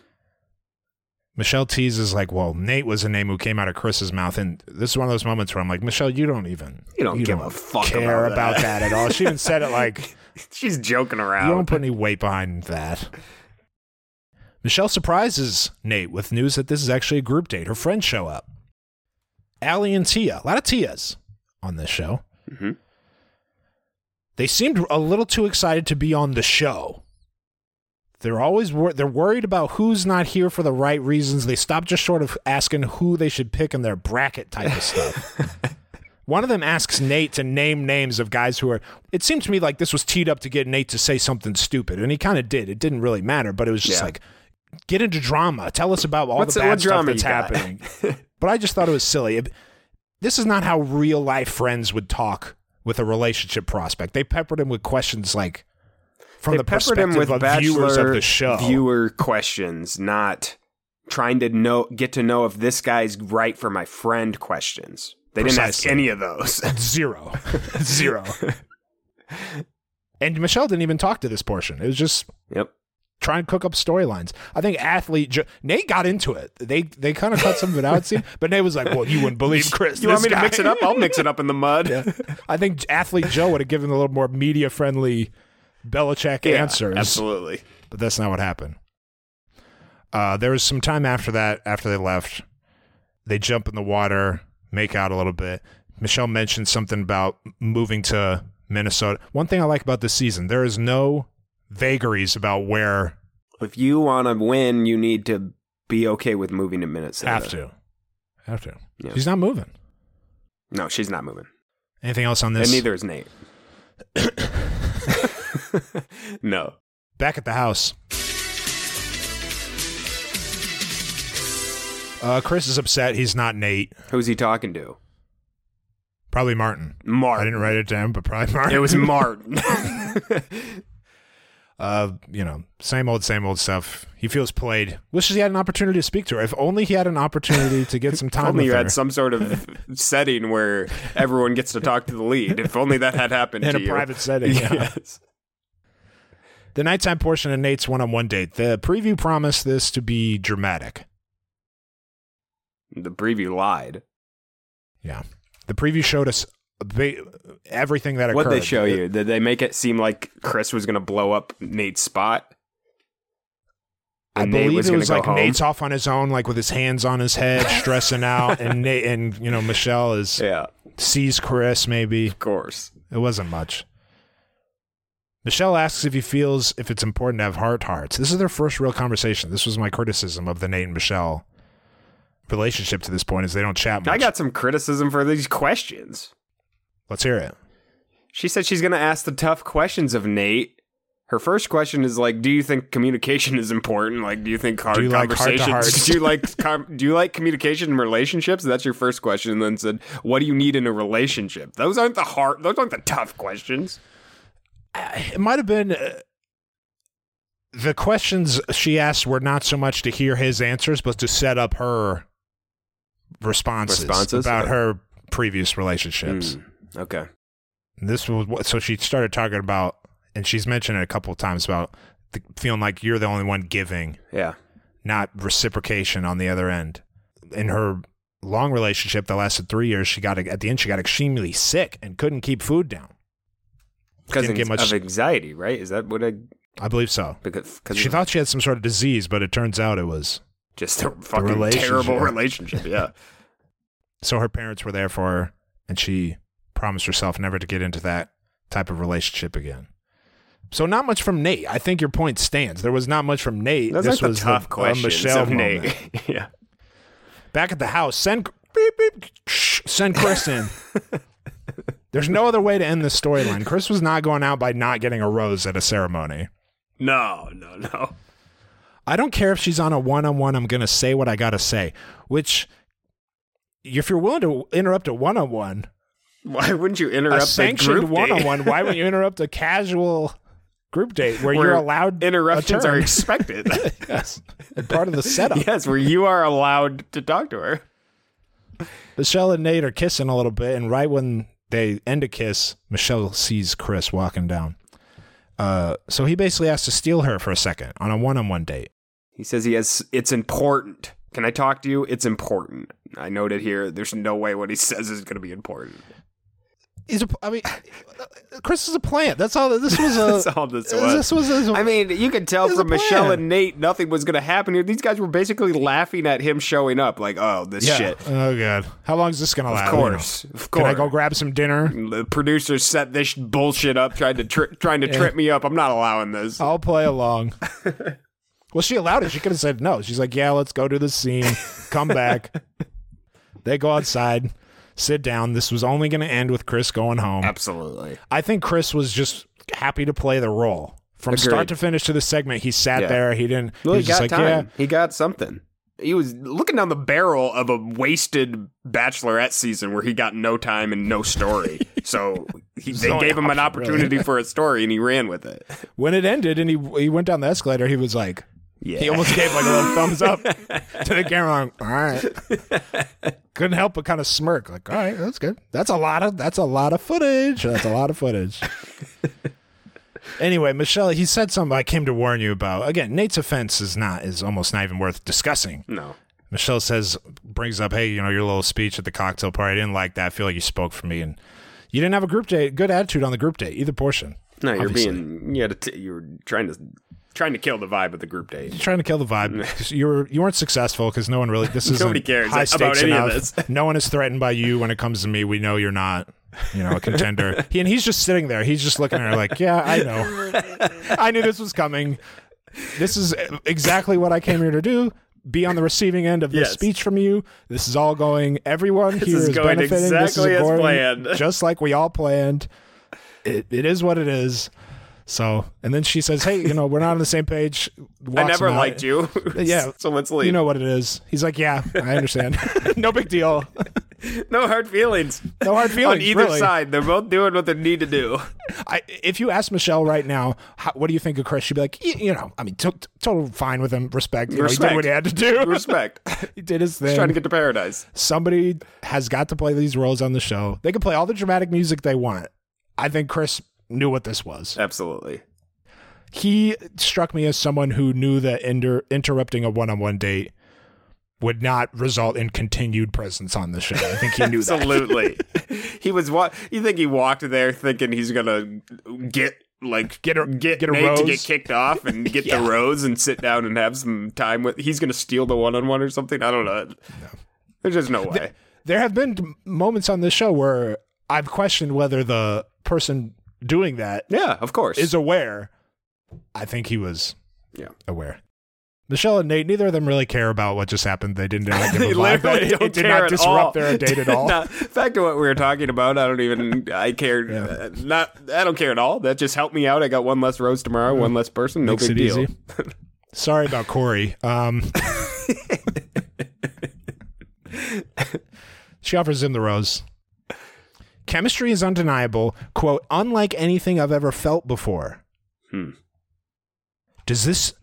Michelle teases like, "Well, Nate was a name who came out of Chris's mouth," and this is one of those moments where I'm like, "Michelle, you don't even You don't give a fuck care about about that." that. at all." She even said it like, She's joking "You around. don't put any weight behind that." Michelle surprises Nate with news that this is actually a group date. Her friends show up. Allie and Tia, a lot of Tias on this show. Mhm. They seemed a little too excited to be on the show. They're always wor- they're worried about who's not here for the right reasons. They stop just short of asking who they should pick in their bracket type of stuff. One of them asks Nate to name names of guys who are. It seemed to me like this was teed up to get Nate to say something stupid, and he kind of did. It didn't really matter, but it was just Yeah. like, get into drama. Tell us about all What's- the bad what stuff drama that's you got? happening. but I just thought it was silly. It- this is not how real life friends would talk with a relationship prospect. They peppered him with questions like from They the peppered him perspective with of viewers of Bachelor the show. Viewer questions, not trying to know get to know if this guy's right for my friend questions. They didn't ask Precisely. any of those. Zero. Zero. and Michelle didn't even talk to this portion. It was just yep. try and cook up storylines. I think athlete jo- Nate got into it. They they kind of cut some of it out, it seemed, but Nate was like, "Well, you wouldn't believe Chris." You want this me to guy." mix it up? I'll mix it up in the mud. I think athlete Joe would have given a little more media friendly Belichick Yeah, answers, Absolutely. but that's not what happened. Uh, there was some time after that. After they left, they jump in the water, make out a little bit. Michelle mentioned something about moving to Minnesota. One thing I like about this season, there is no vagaries about where If you want to win, you need to be okay with moving to Minnesota. Have to. Have to. Yeah. She's not moving. No, she's not moving. Anything else on this? And neither is Nate. no. Back at the house. Uh, Chris is upset. He's not Nate. Who's he talking to? Probably Martin. Martin. I didn't write it down, but probably Martin. It was Martin. uh, you know, same old, same old stuff. He feels played. Wishes he had an opportunity to speak to her. If only he had an opportunity to get some If time only with you her. had some sort of setting where everyone gets to talk to the lead. If only that had happened In to a you. private setting, yeah. Yes. The nighttime portion of Nate's one-on-one date. The preview promised this to be dramatic. The preview lied. Yeah, the preview showed us ba- everything that occurred. What they show you? Did they make it seem like Chris was going to blow up Nate's spot? I And Nate believe was it gonna was go like home? Nate's off on his own, like with his hands on his head, stressing out, and Nate and you know Michelle is Yeah, of sees Chris. Maybe course. it wasn't much. Michelle asks if he feels if it's important to have heart to hearts. This is their first real conversation. This was my criticism of the Nate and Michelle relationship to this point is they don't chat much. I got some criticism for these questions. Let's hear it. She said she's going to ask the tough questions of Nate. Her first question is like, "Do you think communication is important? Like, do you think hard Do you like conversations? heart-to-hearts? do you like com- do you like communication in relationships?" That's your first question. And then said, "What do you need in a relationship?" Those aren't the hard. Those aren't the tough questions. it might have been uh, the questions she asked were not so much to hear his answers, but to set up her responses, Responses? about Oh. her previous relationships. Hmm, okay. This was what, so she started talking about, and she's mentioned it a couple of times about the, feeling like you're the only one giving, Yeah. not reciprocation on the other end. In her long relationship that lasted three years, she got at the end she got extremely sick and couldn't keep food down. Because Didn't get much- of anxiety, right? Is that what I? I believe so. Because cause She of thought she had some sort of disease, but it turns out it was just a fucking relationship. terrible relationship. Yeah. so her parents were there for her and she promised herself never to get into that type of relationship again so not much from nate i think your point stands there was not much from nate Those this aren't was the tough a questions michelle of moment. Nate. yeah. back at the house send beep, beep, shh, send chris in there's no other way to end this storyline chris was not going out by not getting a rose at a ceremony No. No. No. I don't care if she's on a one on one, I'm going to say what I got to say, which if you're willing to interrupt a one on one, Why wouldn't you a interrupt the sanctioned group one on date? one, why would you interrupt a casual group date where, Where you're allowed a interruptions are turn? expected? yes, and part of the setup. yes, where you are allowed to talk to her. Michelle and Nate are kissing a little bit, and right when they end a kiss, Michelle sees Chris walking down. Uh, so he basically has to steal her for a second on a one on one date. He says he has. It's important. Can I talk to you? It's important. I noted here. There's no way what he says is going to be important. He's a, I mean, Chris is a plant. That's all. This was a. That's all this was. This was. a- I mean, you could tell It's a from Michelle plan. and Nate nothing was going to happen here. These guys were basically laughing at him showing up, like, "Oh, this Yeah. shit." Oh god, how long is this gonna Of last? course. Of Can I course. go grab some dinner? The producers set this bullshit up, trying to tri- trying to trip me up. I'm not allowing this. I'll play along. well, she allowed it. She could have said no. She's like, yeah, let's go to the scene, come back. they go outside. sit down. This was only going to end with Chris going home. Absolutely. I think Chris was just happy to play the role. From Agreed. start to finish to the segment, he sat Yeah. there. He didn't. Well, he, was got just like, time. He got something. He was looking down the barrel of a wasted Bachelorette season where he got no time and no story. so he, they only gave him an option, really. opportunity for a story, and he ran with it. yeah. When it ended and he he went down the escalator, he was like, Yeah, he almost gave like a little thumbs up to the camera. Like, all right, couldn't help but kind of smirk. Like, all right, that's good. That's a lot of that's a lot of footage. That's a lot of footage. anyway, Michelle, he said something I came to warn you about. Again, Nate's offense is not is almost not even worth discussing. no. Michelle says brings up, hey, you know, your little speech at the cocktail party. I didn't like that. I feel like you spoke for me, and you didn't have a group date. Good attitude on the group date, either portion. No, you're obviously. being you had to t- you were trying to trying to kill the vibe of the group date. trying to kill the vibe. You were you weren't successful because no one really. This is Nobody cares high about stakes any of enough. this. No one is threatened by you when it comes to me. We know you're not, you know, a contender. he, and he's just sitting there. He's just looking at her like, yeah, I know. I knew this was coming. This is exactly what I came here to do. Be on the receiving end of this Yes. speech from you. This is all going. Everyone here is is, going benefiting. this is exactly as going planned." just like we all planned. It, it is what it is. So, and then she says, "Hey, you know, we're not on the same page." I Walks never him out. liked you. Yeah. so let's leave. You know what it is. He's like, yeah, I understand. no big deal. no hard feelings. No hard feelings. on either really. side. They're both doing what they need to do. I, if you ask Michelle right now, how, what do you think of Chris? She'd be like, y- you know, I mean, to- to- total fine with him. Respect. You Respect. Know, he did what he had to do. Respect. he did his Just thing. trying to get to paradise. Somebody has got to play these roles on the show. They can play all the dramatic music they want. I think Chris knew what this was. Absolutely. he struck me as someone who knew that inter- interrupting a one-on-one date would not result in continued presence on the show. I think he knew that. Absolutely. he was what you think he walked there thinking he's gonna get like Get a- get, get a Nate to rose. get kicked off and get the rose and sit down and have some time with he's gonna steal the one on one or something. I don't know. There's just no way. There have been moments on this show where I've questioned whether the person doing that yeah, of course. is aware. I think he was yeah. aware. Michelle and Nate, neither of them really care about what just happened. They didn't really give They a vibe that literally it, don't it did care not at disrupt all. their date at all. Not- back to what we were talking about. I don't even. I care. Yeah. uh, Not. I don't care at all. That just helped me out. I got one less rose tomorrow. One less person. No Makes big it deal. easy. Sorry about Corey. Um, she offers him the rose. Chemistry is undeniable. Quote, unlike anything I've ever felt before. Hmm. Does this,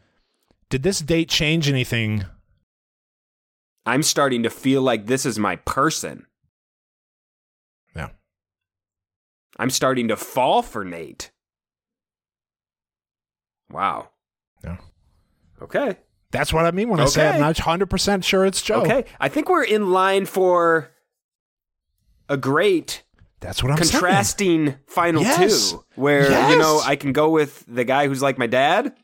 did this date change anything? I'm starting to feel like this is my person. Yeah. I'm starting to fall for Nate. Wow. No. Okay. That's what I mean when I say I'm Okay. not 100% sure it's Joe. Okay. I think we're in line for a great That's what I'm saying. contrasting final Yes. two where you Yes. know I can go with the guy who's like my dad.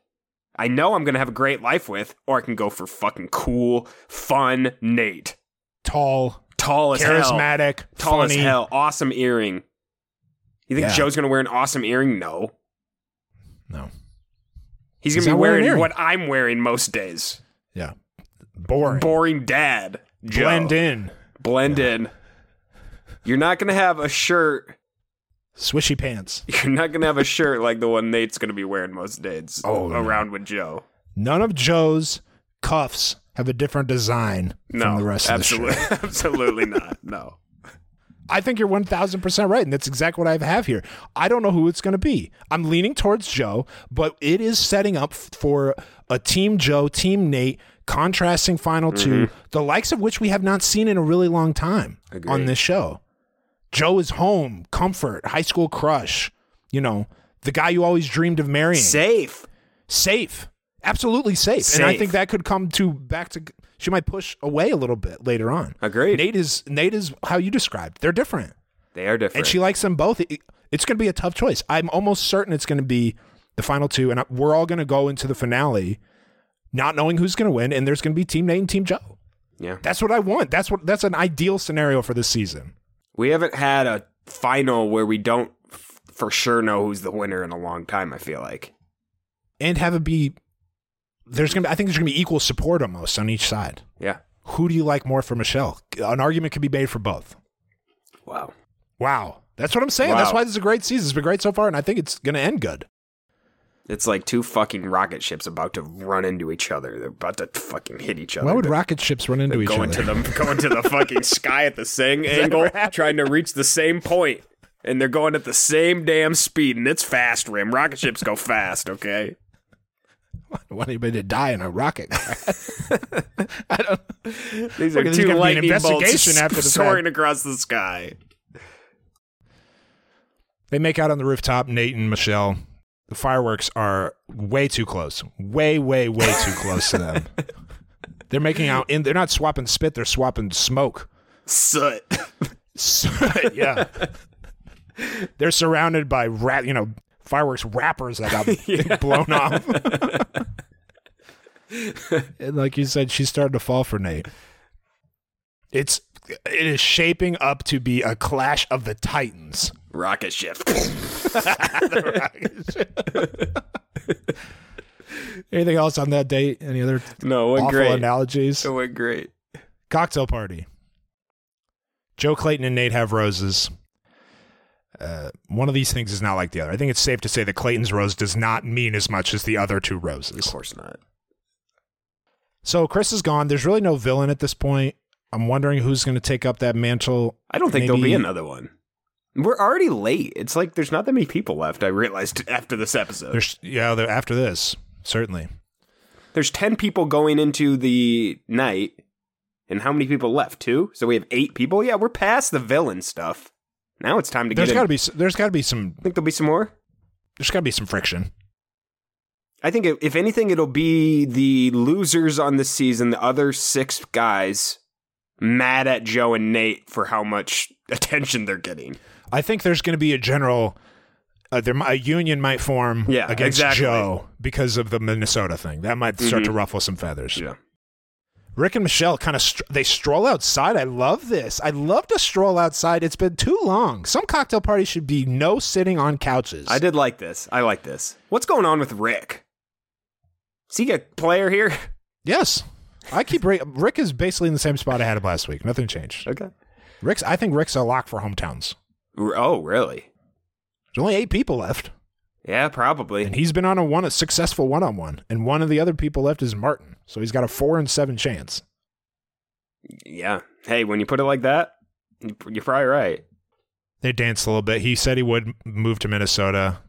I know I'm going to have a great life with or I can go for fucking cool, fun Nate. Tall, Tall as hell. charismatic, Tall funny. as hell, awesome earring. You think Yeah. Joe's going to wear an awesome earring? No. No. He's He's going to be not wearing wearing earring. what I'm wearing most days. Yeah. Boring. Boring dad. Joe. Blend in. Blend in. You're not going to have a shirt. Swishy pants. You're not going to have a shirt like the one Nate's going to be wearing most days Oh, no. around with Joe. None of Joe's cuffs have a different design from the rest absolutely, of the shirt. absolutely not. No. I think you're 1000% right, and that's exactly what I have here. I don't know who it's going to be. I'm leaning towards Joe, but it is setting up f- for a Team Joe, Team Nate, contrasting Final Mm-hmm. Two, the likes of which we have not seen in a really long time on Agreed. this show. Joe is home, comfort, high school crush, you know, the guy you always dreamed of marrying. Safe. safe, absolutely safe. And I Safe. think that could come to back to she might push away a little bit later on. Agreed. Nate is Nate is how you described. They're different, They are different. and she likes them both. It- it's going to be a tough choice. I'm almost certain it's going to be the final two, and I- we're all going to go into the finale not knowing who's going to win, and there's going to be Team Nate and Team Joe. yeah. That's what I want. That's what that's an ideal scenario for this season. We haven't had a final where we don't f- for sure know who's the winner in a long time, I feel like. And have it be there's going to I think there's going to be equal support almost on each side. Yeah. Who do you like more for Michelle? An argument could be made for both. Wow. Wow. That's what I'm saying. That's Wow. why this is a great season. It's been great so far, and I think it's going to end good. It's like two fucking rocket ships about to run into each other. They're about to fucking hit each other. Why would They're- rocket ships run into they're each going other? to the going to the fucking sky at the same angle, trying to reach the same point, and they're going at the same damn speed, and it's fast. Rim rocket ships go fast. Okay. don't want anybody to die in a rocket crash. I don't. These Look, are this is two gonna be an lightning investigation bolts after the fact. soaring across the sky. They make out on the rooftop. Nate and Michelle. The fireworks are way too close. Way, way, way too close to them. They're making out, and they're not swapping spit. They're swapping smoke. Soot. So- yeah. They're surrounded by rat, you know, fireworks wrappers that got blown off. and like you said, she's starting to fall for Nate. It's it is shaping up to be a clash of the titans. Rocket ship. Anything else on that date? Any other no, it went awful great. analogies? It went great. Cocktail party. Joe Clayton and Nate have roses. Uh, one of these things is not like the other. I think it's safe to say that Clayton's rose does not mean as much as the other two Of roses. course not. So Chris is gone. There's really no villain at this point. I'm wondering who's going to take up that mantle. I don't think there'll Maybe- be another one. We're already late. It's like there's not that many people left. I realized after this episode. There's, yeah, there- after this, certainly. There's 10 people going into the night. And how many people left? Two? So we have eight people? Yeah, we're past the villain stuff. Now it's time to There's get got to in. be. s- There's got to be some. think there'll be some more? There's got to be some friction. I think if- if anything, it'll be the losers on this season, the other six guys, mad at Joe and Nate for how much attention they're getting. I think there's going to be a general. Uh, there, mi- a union might form Yeah, against exactly. Mm-hmm. Joe because of the Minnesota thing. That might start to ruffle some feathers. Rick and Michelle kind of str- they stroll outside. I love this. I love to stroll outside. It's been too long. Some cocktail parties should be no sitting on couches. I did like this. I like this. What's going on with Rick? Is he a player here? Yes, I keep Rick, Rick is basically in the same spot I had him last week. Nothing changed. Okay. Rick's. I think Rick's a lock for hometowns. R- Oh, really? There's only eight people left, Yeah, probably. and he's been on a one a successful one on one, and one of the other people left is Martin. So he's got a four and seven chance. Yeah. Hey, when you put it like that, you- you're probably right. They danced a little bit. He said he would move to Minnesota,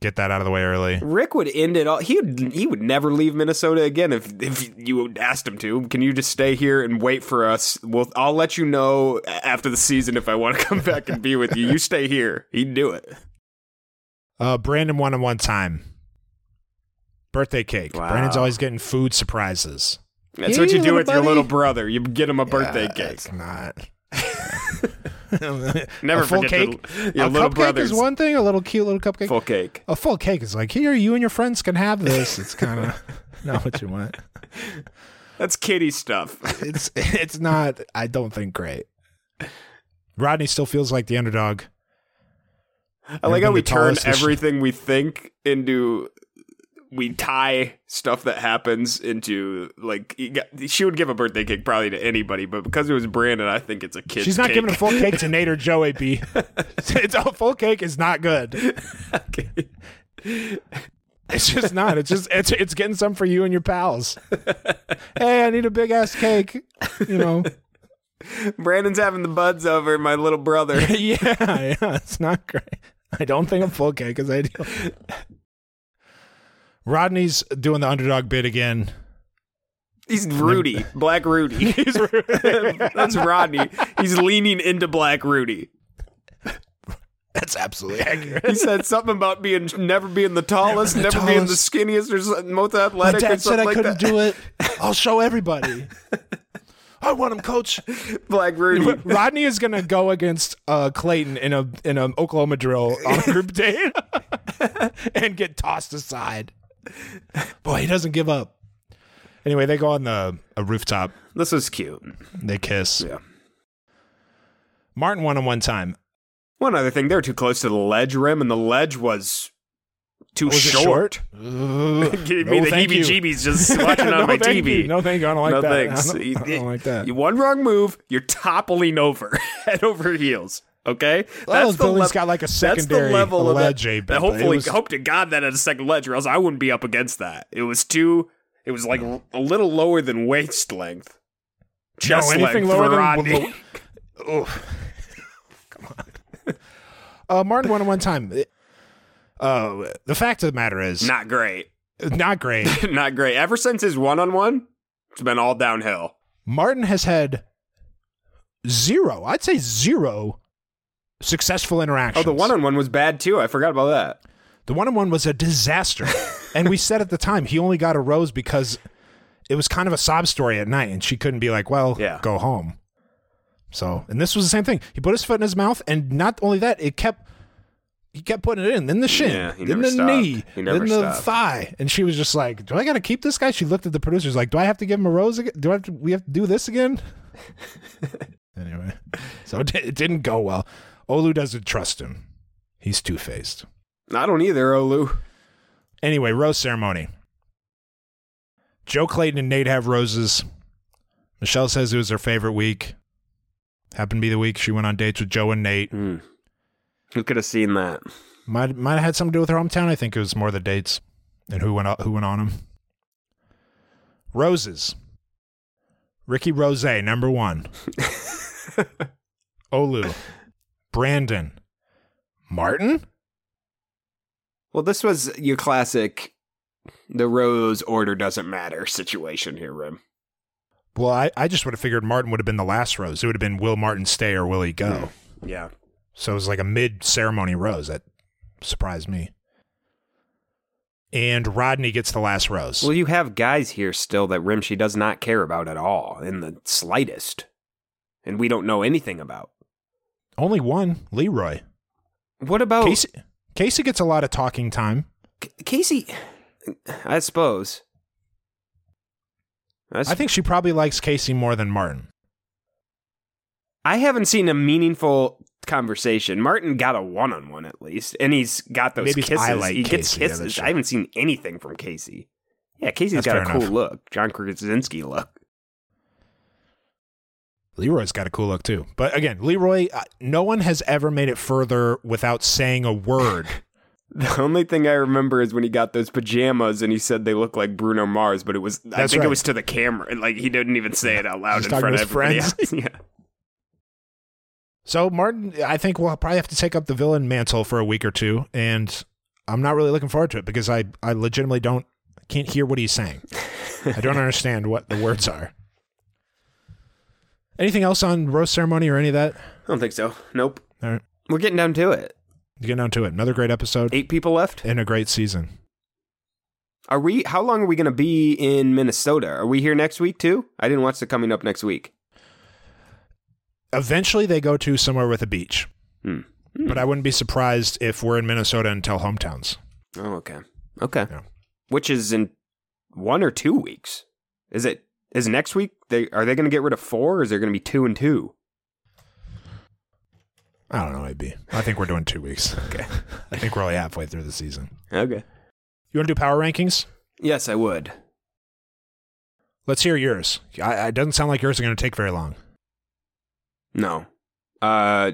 get that out of the way early. Rick would end it all. He would, he would never leave Minnesota again if if you asked him to. Can you just stay here and wait for us? We'll I'll let you know after the season if I want to come back and be with you. You stay here. He'd do it. Uh, Brandon won on one time. Birthday cake. Wow. Brandon's always getting food surprises. That's Yeah, what you do little with your buddy. little brother. You get him a birthday cake. It's not. Never a full forget cake. the- your a little cupcake brothers. is one thing. A little cute little cupcake. Full cake. A full cake is like here. You and your friends can have this. It's kind of not what you want. That's kitty stuff. It's it's not. I don't think great. Rodney still feels like the underdog. I like how been we the turn tallest is- everything we think into we tie stuff that happens into like you got, she would give a birthday cake probably to anybody, but because it was Brandon, I think it's a kid. She's not giving a full cake to Nate or Joey B. it's a full cake is not good. It's just not. It's just it's it's getting some for you and your pals. hey, I need a big ass cake. You know. Brandon's having the buds over my little brother. yeah, yeah, it's not great. I don't think a full cake is ideal. Rodney's doing the underdog bid again. He's Rudy, Black Rudy. That's Rodney. He's leaning into Black Rudy. That's absolutely accurate. He said something about being never being the tallest, Never never, the being the skinniest, or something, most athletic. or something like that. it. I'll show everybody. I want him, coach. Black Rudy. Rodney is gonna go against uh, Clayton in a in an Oklahoma drill on a group date and get tossed aside. Boy, he doesn't give up. Anyway, they go on the a rooftop. this was cute. They kiss. Yeah. Martin won on one time. One other thing, they were too close to the ledge rim, and the ledge was too Was it short. Ugh. Give No, me the E thank you. heebie-jeebies just watching no, on my thank TV. you. No, thank you. I don't like No that. thanks. I don't, I don't like that. You- One wrong move, you're toppling over, head over heels. Okay, Well, Billy's lev- got, like, a secondary ledge, eh, Of that. but I hopefully, it was- hope to God that had a second ledge, or else I wouldn't be up against that. It was too. It was like a little lower than waist length. Chest no, anything length lower for than Rodney. below- Oof. Come on. Uh, Martin won at one time. Uh, the fact of the matter is Not great. not great. Not great. Ever since his one-on-one, it's been all downhill. Martin has had zero, I'd say zero successful Oh, interactions. the one-on-one was bad too. I forgot about that. The one on one was a disaster. and we said at the time he only got a rose because it was kind of a sob story at night and she couldn't be like, well, Yeah. go home. So, and this was the same thing. He put his foot in his mouth and not only that, it kept. He kept putting it in, then the shin, Yeah, he then the never stopped. knee, He never then the stopped. thigh, and she was just like, "Do I got to keep this guy?" She looked at the producers like, "Do I have to give him a rose again? Do I have to, we have to do this again?" anyway, so it, it didn't go well. Olu doesn't trust him; he's two faced. I don't either, Olu. Anyway, rose ceremony. Joe Clayton and Nate have roses. Michelle says it was her favorite week. Happened to be the week she went on dates with Joe and Nate. Who could have seen that? Might might have had something to do with her hometown. I think it was more the dates and who went o- who went on them. Roses. Ricky Rose, number one. Olu, Brandon, Martin. Well, this was your classic the rose order doesn't matter situation here, Rim. Well, I, I just would have figured Martin would have been the last rose. It would have been will Martin stay or will he go? Yeah. So it was like a mid ceremony rose that surprised me. And Rodney gets the last rose. Well, you have guys here still that Rim she does not care about at all, in the slightest. And we don't know anything about. Only one, Leroy. What about Casey, Casey gets a lot of talking time. C- Casey? I suppose. I, I think think she probably likes Casey more than Martin. I haven't seen a meaningful conversation. Martin got a one-on-one at least, and he's got those Maybe it's kisses. I like he gets Casey, yeah, that's kisses. true. I haven't seen anything from Casey. Yeah, Casey's That's got a fair cool enough. look, John Krasinski look. Leroy's got a cool look too. But again, Leroy, uh, no one has ever made it further without saying a word. The only thing I remember is when he got those pajamas and he said they look like Bruno Mars, but it was I That's think right. it was to the camera. Like he didn't even say it out loud He's in talking front to of his everybody friends. else. yeah. so Martin, I think we'll probably have to take up the villain mantle for a week or two, and I'm not really looking forward to it because I I legitimately don't can't hear what he's saying. I don't understand what the words are. Anything else on roast ceremony or any of that? I don't think so. Nope. All right, We're getting down to it. get down to it. Another great episode Eight people left. and a great season. Are we? How long are we going to be in Minnesota? Are we here next week too? I didn't watch the coming up next week. Eventually, they go to somewhere with a beach, Hmm. but I wouldn't be surprised if we're in Minnesota until hometowns. Oh, okay. Okay. Yeah. Which is in one or two weeks. Is it? Is next week? They are they going to get rid of four? Or is there going to be two and two? I don't know, AB. I think we're doing two weeks. okay. I think we're only halfway through the season. Okay. You want to do power rankings? Yes, I would. Let's hear yours. I, it doesn't sound like yours are going to take very long. No. Uh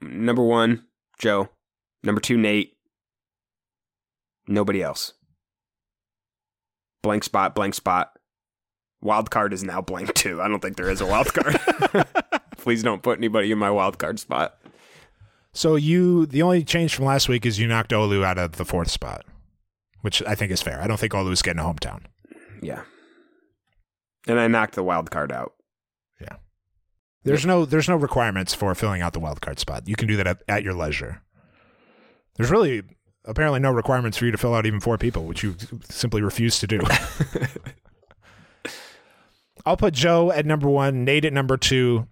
number 1, Joe. Number 2, Nate. Nobody else. Blank spot, blank spot. Wild card is now blank too. I don't think there is a wild card. Please don't put anybody in my wild card spot. So you, the only change from last week is you knocked Olu out of the fourth spot, which I think is fair. I don't think Olu's getting a hometown. Yeah. And I knocked the wild card out. Yeah. There's no there's no requirements for filling out the wild card spot. You can do that at, at your leisure. There's really apparently no requirements for you to fill out even four people, which you simply refuse to do. I'll put Joe at number one, Nate at number two,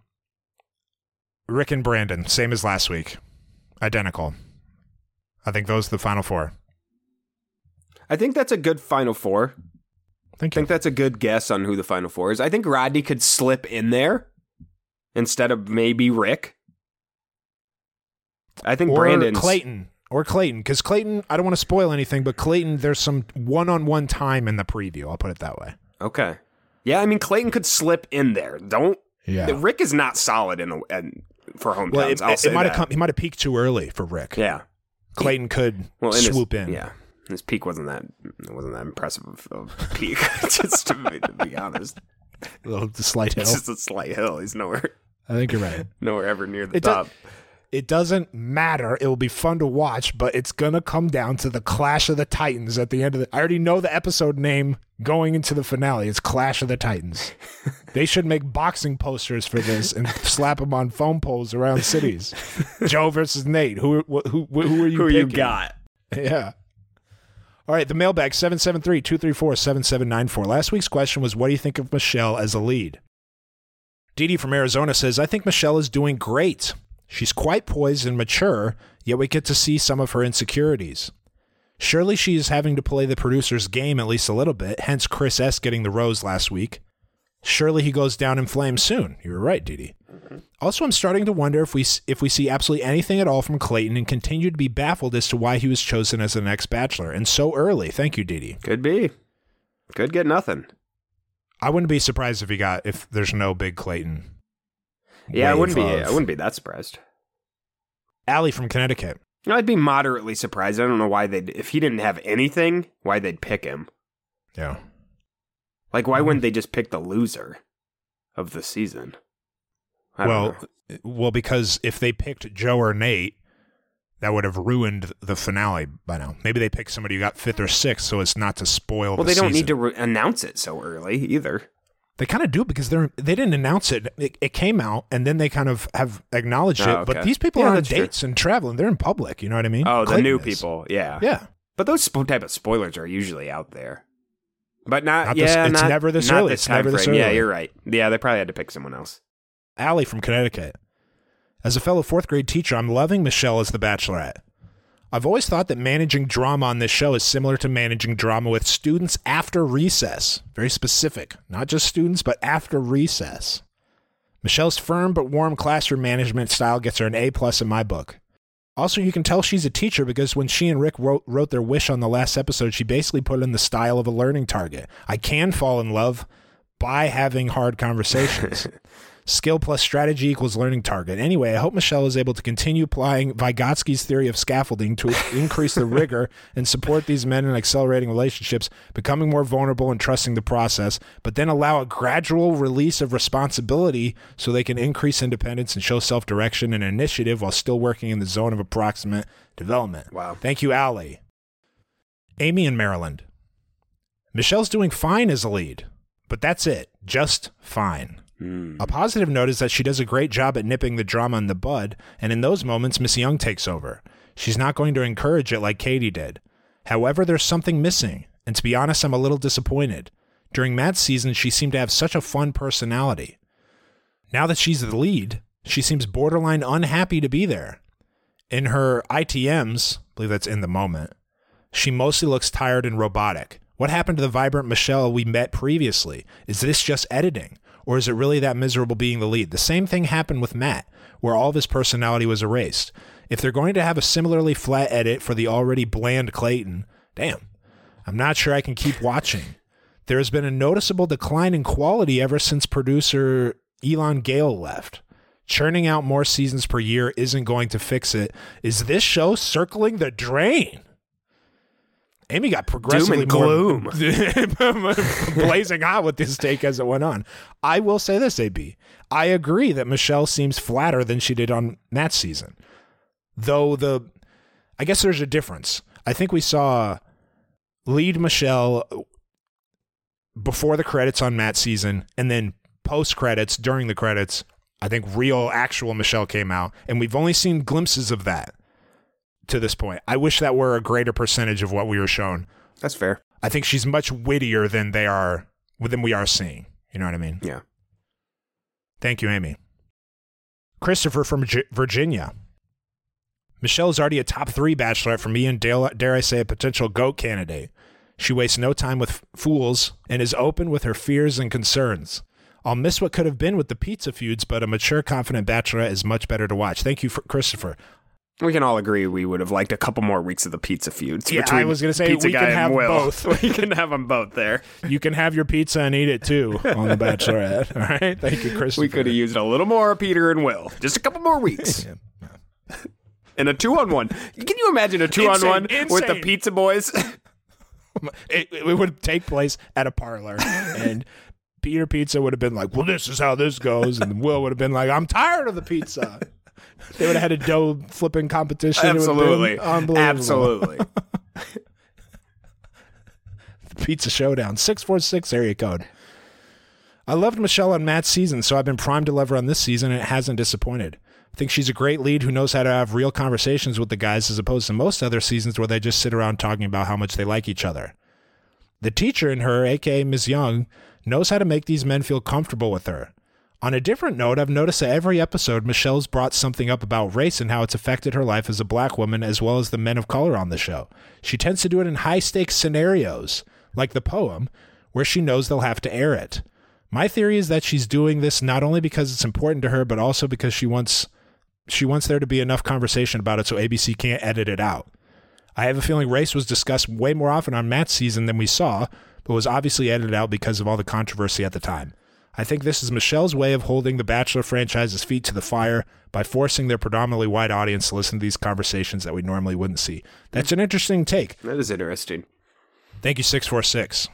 Rick and Brandon, same as last week, identical. I think those are the final four. I think that's a good final 4. Thank I you. think that's a good guess on who the final four is. I think Rodney could slip in there instead of maybe Rick. I think or Brandon Clayton or Clayton because Clayton. I don't want to spoil anything, but Clayton, there's some one-on-one time in the preview. I'll put it that way. Okay. Yeah, I mean Clayton could slip in there. Don't Yeah. Rick is not solid in a, and for hometowns. Well, it, I'll it, say might have that. come. He might have peaked too early for Rick. Yeah. Clayton could Well, and his- swoop in. Yeah, his peak wasn't that it wasn't that impressive of, of peak. just to be, to be honest, a little the slight hill. it's just a slight hill. He's nowhere I think you're right. nowhere ever near the It does- top. It doesn't matter. It will be fun to watch, but it's gonna come down to the clash of the titans at the end of the. I already know the episode name going into the finale. It's Clash of the Titans. they should make boxing posters for this and slap them on phone poles around cities. Joe versus Nate. Who who who, who are you? Who you picking? got? Yeah. All right, the mailbag 773 234 7794. Last week's question was What do you think of Michelle as a lead? Dee Dee from Arizona says, I think Michelle is doing great. She's quite poised and mature, yet we get to see some of her insecurities. Surely she is having to play the producer's game at least a little bit, hence Chris S. getting the rose last week. Surely he goes down in flames soon. You were right, Dee Dee. Also, I'm starting to wonder if we if we see absolutely anything at all from Clayton, and continue to be baffled as to why he was chosen as the next bachelor and so early. Thank you, Didi. Could be. Could get nothing. I wouldn't be surprised if he got if there's no big Clayton. Yeah, I wave wouldn't be. of- I wouldn't be that surprised. Allie from Connecticut. No, I'd be moderately surprised. I don't know why they'd. If he didn't have anything, why they'd pick him. Yeah, Like, why Mm-hmm. wouldn't they just pick the loser of the season? I don't well, know. well, because if they picked Joe or Nate, that would have ruined the finale by now. Maybe they picked somebody who got fifth or sixth, so it's not to spoil. well, the they don't season. need to re- announce it so early either. They kind of do because they're they didn't announce it. It, it came out and then they kind of have acknowledged Oh, it. But okay. these people Yeah, are on that's true. dates and traveling. They're in public. You know what I mean? Oh, the Clayton new is. people. Yeah. Yeah, But those spo- type of spoilers are usually out there. But not, Not this- yeah, it's not- never this not early. This It's never time this frame. Yeah, early. you're right. Yeah, they probably had to pick someone else. Allie from Connecticut. As a fellow fourth grade teacher, I'm loving Michelle as the Bachelorette. I've always thought that managing drama on this show is similar to managing drama with students after recess. Very specific, not just students, but after recess. Michelle's firm but warm classroom management style gets her an A plus in my book. Also, you can tell she's a teacher because when she and Rick wrote, wrote their wish on the last episode, she basically put in the style of a learning target. I can fall in love by having hard conversations. Skill plus strategy equals learning target. Anyway, I hope Michelle is able to continue applying Vygotsky's theory of scaffolding to increase the rigor and support these men in accelerating relationships, becoming more vulnerable and trusting the process, but then allow a gradual release of responsibility so they can increase independence and show self direction and initiative while still working in the zone of approximate development. Wow. Thank you, Allie. Amy in Maryland. Michelle's doing fine as a lead, but that's it. Just fine. A positive note is that she does a great job at nipping the drama in the bud, and in those moments, Miss Young takes over. She's not going to encourage it like Katie did. However, there's something missing, and to be honest, I'm a little disappointed. During Matt's season, she seemed to have such a fun personality. Now that she's the lead, she seems borderline unhappy to be there. In her ITMs, I believe that's in the moment, she mostly looks tired and robotic. What happened to the vibrant Michelle we met previously? Is this just editing? Or is it really that miserable being the lead? The same thing happened with Matt, where all of his personality was erased. If they're going to have a similarly flat edit for the already bland Clayton, damn, I'm not sure I can keep watching. There has been a noticeable decline in quality ever since producer Elon Gale left. Churning out more seasons per year isn't going to fix it. Is this show circling the drain? Amy got progressively and more blazing hot with this take as it went on. I will say this, AB. I agree that Michelle seems flatter than she did on that season. Though the I guess there's a difference. I think we saw lead Michelle before the credits on Matt's season and then post credits during the credits. I think real actual Michelle came out and we've only seen glimpses of that to this point. I wish that were a greater percentage of what we were shown. That's fair. I think she's much wittier than they are than we are seeing. You know what I mean? Yeah. Thank you, Amy. Christopher from Gi- Virginia. Michelle's already a top three bachelorette for me and dare, dare I say a potential GOAT candidate. She wastes no time with f- fools and is open with her fears and concerns. I'll miss what could have been with the pizza feuds, but a mature, confident bachelorette is much better to watch. Thank you, for Christopher. We can all agree we would have liked a couple more weeks of the pizza feuds. Yeah, between I was gonna say, pizza we can Guy and have Will. both. we can have them both there. You can have your pizza and eat it too on The Bachelorette. All right. Thank you, Christopher. We could have used a little more Peter and Will. Just a couple more weeks. And a two on one. Can you imagine a two on one Insane, with the insane. pizza boys? It, it would take place at a parlor, and Peter Pizza would have been like, "Well, this is how this goes," and Will would have been like, "I'm tired of the pizza." They would have had a dough flipping competition. It would have been Absolutely. unbelievable. Absolutely. Pizza Showdown, 646 area code. I loved Michelle on Matt's season, so I've been primed to love her on this season, and it hasn't disappointed. I think she's a great lead who knows how to have real conversations with the guys as opposed to most other seasons where they just sit around talking about how much they like each other. The teacher in her, aka Ms. Young, knows how to make these men feel comfortable with her. On a different note, I've noticed that every episode, Michelle's brought something up about race and how it's affected her life as a black woman as well as the men of color on the show. She tends to do it in high stakes scenarios, like the poem, where she knows they'll have to air it. My theory is that she's doing this not only because it's important to her, but also because she wants she wants there to be enough conversation about it so ABC can't edit it out. I have a feeling race was discussed way more often on Matt's season than we saw, but was obviously edited out because of all the controversy at the time. I think this is Michelle's way of holding the Bachelor franchise's feet to the fire by forcing their predominantly white audience to listen to these conversations that we normally wouldn't see. That's an interesting take. that is interesting. Thank you, 646.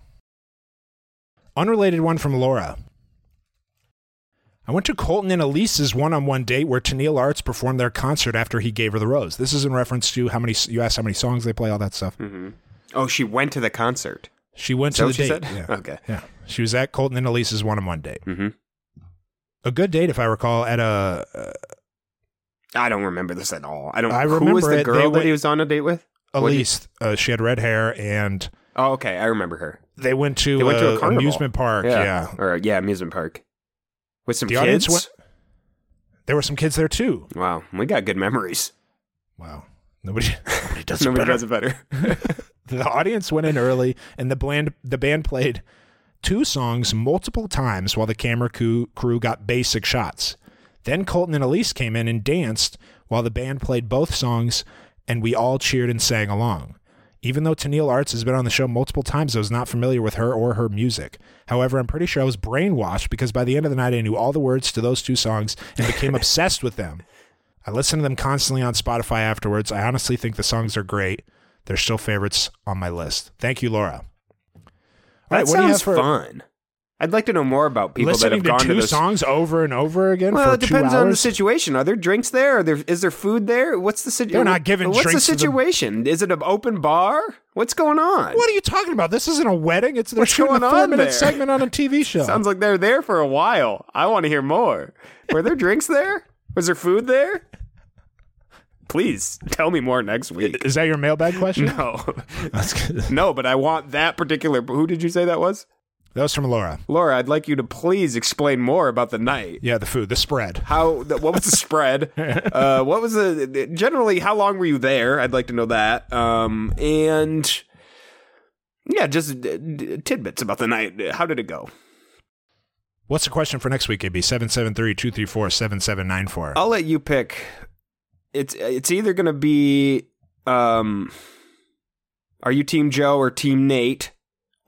Unrelated one from Laura. I went to Colton and Elise's one on one date where Tennille Arts performed their concert after he gave her the rose. This is in reference to how many, you asked how many songs they play, all that stuff. Oh, she went to the concert. She went Is to that the what date. she said? Yeah. Okay. Yeah. She was at Colton and Elise's one on one date. Mhm. A good date, if I recall, at a uh, I don't remember this at all. I don't. I who was remember the it. They girl that went- he was on a date with? uh, What do you- Elise. Uh, she had red hair, and Oh, okay. I remember her. they went to They went to a a carnival. amusement park. Yeah. Or yeah, amusement park with some The kids. audience went- There were some kids there too. wow, we got good memories. Wow. Nobody, nobody does it Nobody better. does it better. the audience went in early, and the band the band played two songs multiple times while the camera crew, crew got basic shots. Then Colton and Elise came in and danced while the band played both songs, and we all cheered and sang along. Even though Tennille Arts has been on the show multiple times, I was not familiar with her or her music. However, I'm pretty sure I was brainwashed because by the end of the night, I knew all the words to those two songs and became obsessed with them. I listen to them constantly on Spotify afterwards. I honestly think the songs are great. They're still favorites on my list. Thank you, Laura. that All right, sounds what do you have for fun. I'd like to know more about people that listening have gone to to, two this. songs over and over again well, for it depends two on the hours? situation. Are there drinks there? Are there is there food there? What's the They're situation? not giving What's drinks to the the- situation? Is it an open bar? What's going on? What are you talking about? This isn't a wedding. It's they're What's shooting going a on four-minute there? segment on a TV show. Sounds like they're there for a while. I want to hear more. Were there drinks there? Was there food there? Please tell me more next week. Is that your mailbag question? No, That's good. no, but I want that particular. Who did you say that was? That was from Laura. Laura, I'd like you to please explain more about the night. Yeah, the food, the spread. How? the- What was the spread? Uh, what was the? Generally, how long were you there? I'd like to know that. Um, and yeah, just uh, d- tidbits about the night. How did it go? What's the question for next week, AB? 773-234-7794. I'll let you pick. It's it's either gonna be um, are you Team Joe or Team Nate?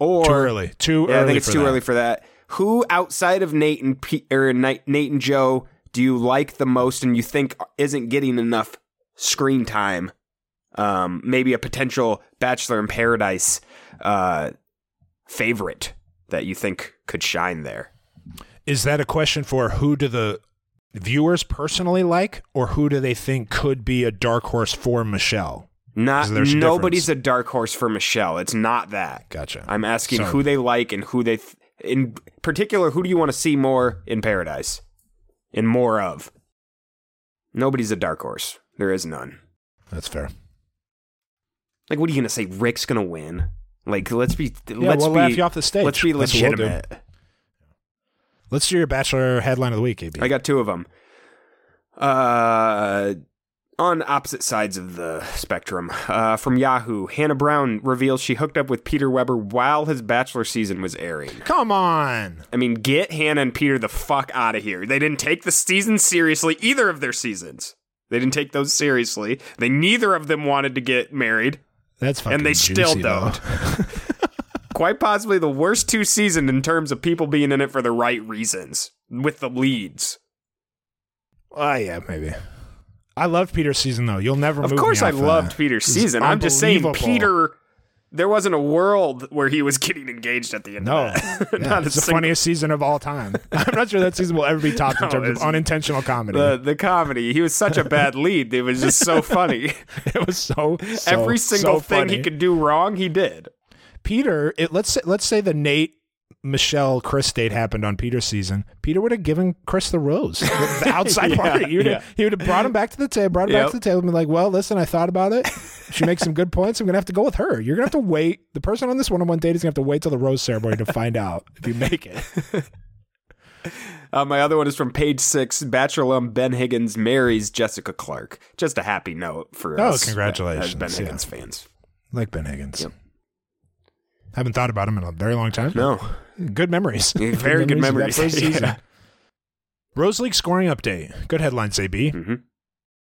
Or too early. Too Yeah, early I think it's for too that. early for that. Who outside of Nate and P- or Nate, Nate and Joe do you like the most, and you think isn't getting enough screen time? Um, maybe a potential Bachelor in Paradise uh, favorite that you think could shine there. Is that a question for who do the viewers personally like or who do they think could be a dark horse for Michelle? Not So there's a nobody's difference. a dark horse for Michelle. It's not that. Gotcha. I'm asking So- who they like and who they, th- in particular, who do you want to see more in Paradise, and more of. Nobody's a dark horse. There is none. That's fair. Like, what are you gonna say? Rick's gonna win. Like, let's be. Yeah, let's we'll be, laugh you off the stage. Let's be That's what we'll do. legitimate. Let's do your bachelor headline of the week, AB. I got two of them. Uh, on opposite sides of the spectrum. Uh, from Yahoo, Hannah Brown reveals she hooked up with Peter Weber while his bachelor season was airing. Come on. I mean, get Hannah and Peter the fuck out of here. They didn't take the season seriously, either of their seasons. They didn't take those seriously. They neither of them wanted to get married. That's fucking And they still juicy, though. don't. Quite possibly the worst two season in terms of people being in it for the right reasons with the leads. Ah, yeah, maybe. I loved Peter's season though. You'll never. Of move course, me I off of loved that. Peter's It was season. I'm just saying, unbelievable. Peter. There wasn't a world where he was getting engaged at the end. No, of that. Yeah, uh, Not a it's the single- funniest season of all time. I'm not sure that season will ever be topped No, in terms of it's- unintentional comedy. The the comedy. He was such a bad lead. It was just so funny. it was so, so- Every single so thing he funny. could do wrong, he did. Peter, it, let's say, let's say the Nate, Michelle, Chris date happened on Peter's season. Peter would have given Chris the rose, the outside Yeah, party. He would, yeah. have, he would have brought him back to the table, brought him Yep. back to the table, and been like, "Well, listen, I thought about it. She makes some good points. I'm gonna have to go with her. You're gonna have to wait. The person on this one-on-one date is gonna have to wait till the rose ceremony to find out if you make it." Uh, my other one is from page six. Bachelor Ben Higgins marries Jessica Clark. Just a happy note for Oh, us. uh, congratulations, As Ben yeah. Higgins fans. Like Ben Higgins. Haven't thought about him in a very long time. No. Good memories. Yeah, very good of that memories. first season. Yeah. Rose League scoring update. Good headlines, AB. hmm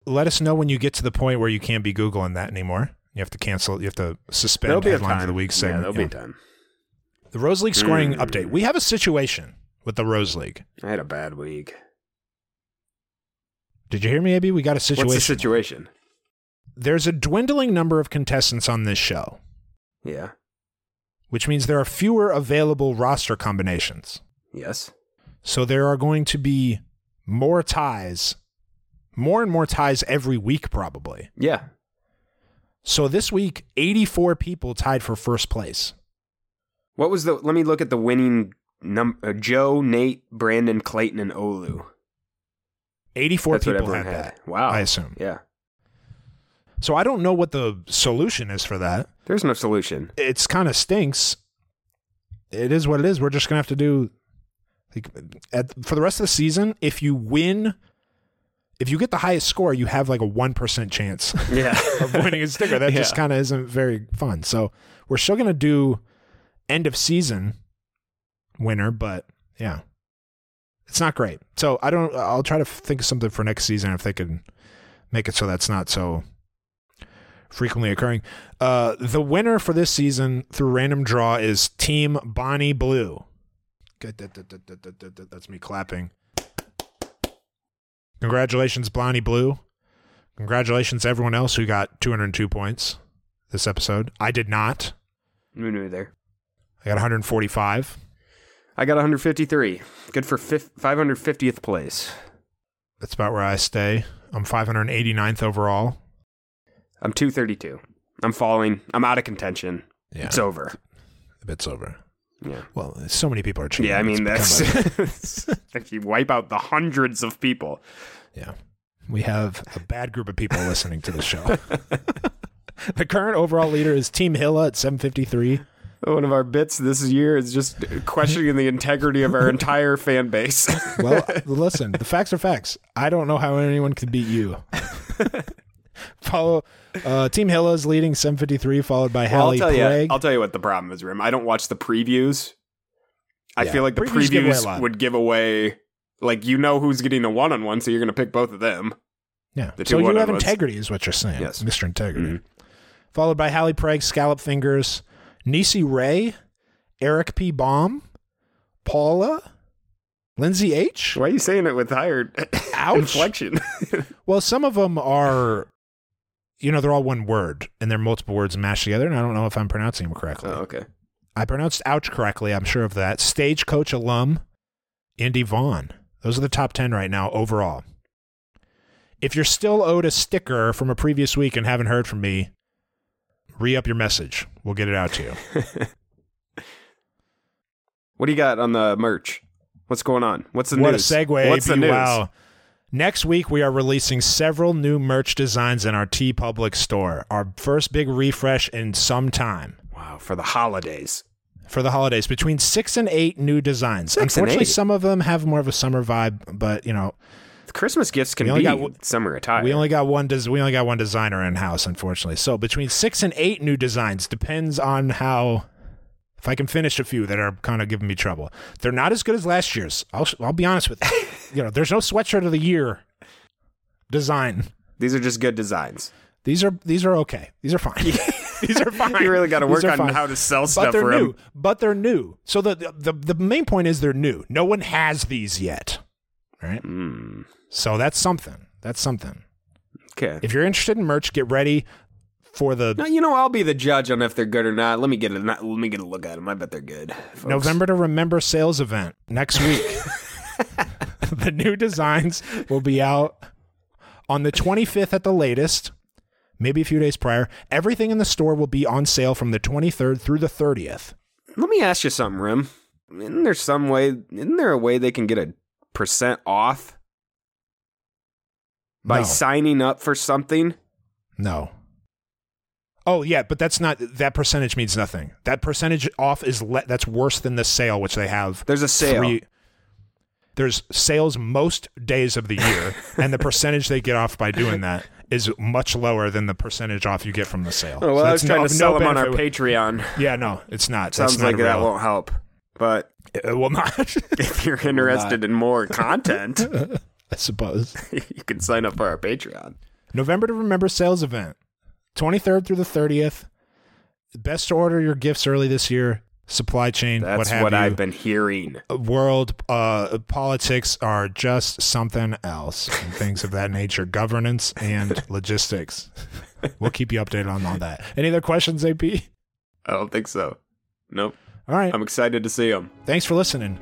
Let us know when you get to the point where you can't be Googling that anymore. You have to cancel, you have to suspend There'll be a headline time. of the week yeah, segment. there'll yeah. be a time. The Rose League scoring Mm. update. We have a situation with the Rose League. I had a bad week. Did you hear me, AB? We got a situation. What's the situation? There's a dwindling number of contestants on this show, Yeah. which means there are fewer available roster combinations. Yes. So there are going to be more ties, more and more ties every week, probably. Yeah. So this week, 84 people tied for first place. What was the? Let me look at the winning num. Uh, Joe, Nate, Brandon, Clayton, and Olu. 84 That's what people everyone had, had. that. Wow. I assume. Yeah. So I don't know what the solution is for that. There's no solution. It's kind of stinks. It is what it is. We're just going to have to do like at, for the rest of the season if you win if you get the highest score, you have like a 1% chance Yeah. of winning a sticker. That just Yeah. kind of isn't very fun. So we're still going to do end of season winner, but yeah, it's not great. So I don't. I'll try to think of something for next season if they can make it so that's not so frequently occurring. Uh, the winner for this season through random draw is Team Bonnie Blue. Good, that- that- that- that- that- that- that- That's me clapping. Congratulations, Bonnie Blue. Congratulations, everyone else who got 202 points this episode. I did not. We knew there. I got 145. I got 153. Good for fif- 550th place. That's about where I stay. I'm 589th overall. I'm 232. I'm falling. I'm out of contention. It's over. It's over. Yeah. Well, so many people are cheating. Yeah, I mean It's that's become if you wipe out the hundreds of people. a- yeah. We have a bad group of people listening to the show. the current overall leader is Team Hilla at 753. One of our bits this year is just questioning the integrity of our entire fan base. Well, listen, the facts are facts. I don't know how anyone could beat you. Follow uh, Team Hilla is leading 753, followed by Well, I'll Hallie tell Craig. you. I'll tell you what the problem is, Rim. I don't watch the previews. I Yeah. feel like the Previews give away a previews, lot. would give away. Like you know who's getting the one-on-one, so you're going to pick both of them. Yeah. The so two you have one-on-ones. integrity, is what you're saying. Yes. Mm-hmm. Mr. Integrity. Followed by Hallie Prague, Scallop Fingers, Nisi Ray, Eric P. Baum, Paula, Lindsay H. Why are you saying it with higher Ouch. inflection? Well, some of them are, you know, they're all one word and they're multiple words mashed together. And I don't know if I'm pronouncing them correctly. oh, okay. I pronounced ouch correctly. I'm sure of that. Stagecoach alum, Indy Vaughn. Those are the top 10 right now overall. If you're still owed a sticker from a previous week and haven't heard from me, re up your message. We'll get it out to you. What do you got on the merch? What's going on? What's the what news? a segue. What's the AB. news? Wow. Next week, we are releasing several new merch designs in our T Public store. Our first big refresh in some time. Wow, for the holidays. for the holidays between six and eight new designs. Six and Unfortunately, eight? some of them have more of a summer vibe, but you know, The Christmas gifts can We only be got w- summer attire. we only got one. Des- we only got one designer in house, unfortunately. So between six and eight new designs depends on how. If I can finish a few that are kind of giving me trouble, they're not as good as last year's. I'll I'll be honest with you. you know, there's no sweatshirt of the year design. These are just good designs. These are these are okay. These are fine. these are fine. You really gotta These work are on how to sell But stuff they're for 'em. new. But they're new. So the, the the main point is they're new. No one has these yet. Right. Hmm. So that's something. That's something. Okay. If you're interested in merch, get ready for the Now, you know, I'll be the judge on if they're good or not. Let me get a let me get a look at them. I bet they're good. folks. November to Remember sales event next week. the new designs will be out on the 25th at the latest, maybe a few days prior. Everything in the store will be on sale from the 23rd through the 30th. Let me ask you something, Rim. Isn't there some way? Isn't there a way they can get a percent off by No. signing up for something? No. Oh yeah, but that's not that percentage means nothing. That percentage off is le- that's worse than the sale which they have. There's a sale. there's sales most days of the year, and the percentage they get off by doing that is much lower than the percentage off you get from the sale. Oh, So well, I was that's trying no- to sell no them on our benefit. Patreon. Yeah, no, it's not. Sounds that's not like that real- won't help. But It will not. if you're interested in more content, I suppose. you can sign up for our Patreon. November to Remember sales event, 23rd through the 30th. Best to order your gifts early this year. Supply chain, That's what what, have you. I've been hearing. world uh, politics are just something else and things of that nature governance and logistics we'll keep you updated on all that any other questions ap all I don't think so. Nope. right I'm excited to see them. thanks for listening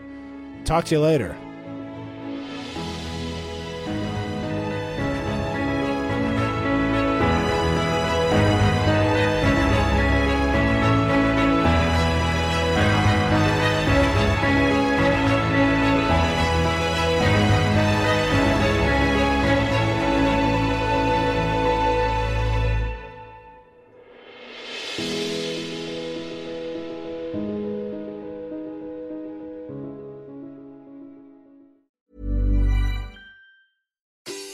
talk to you later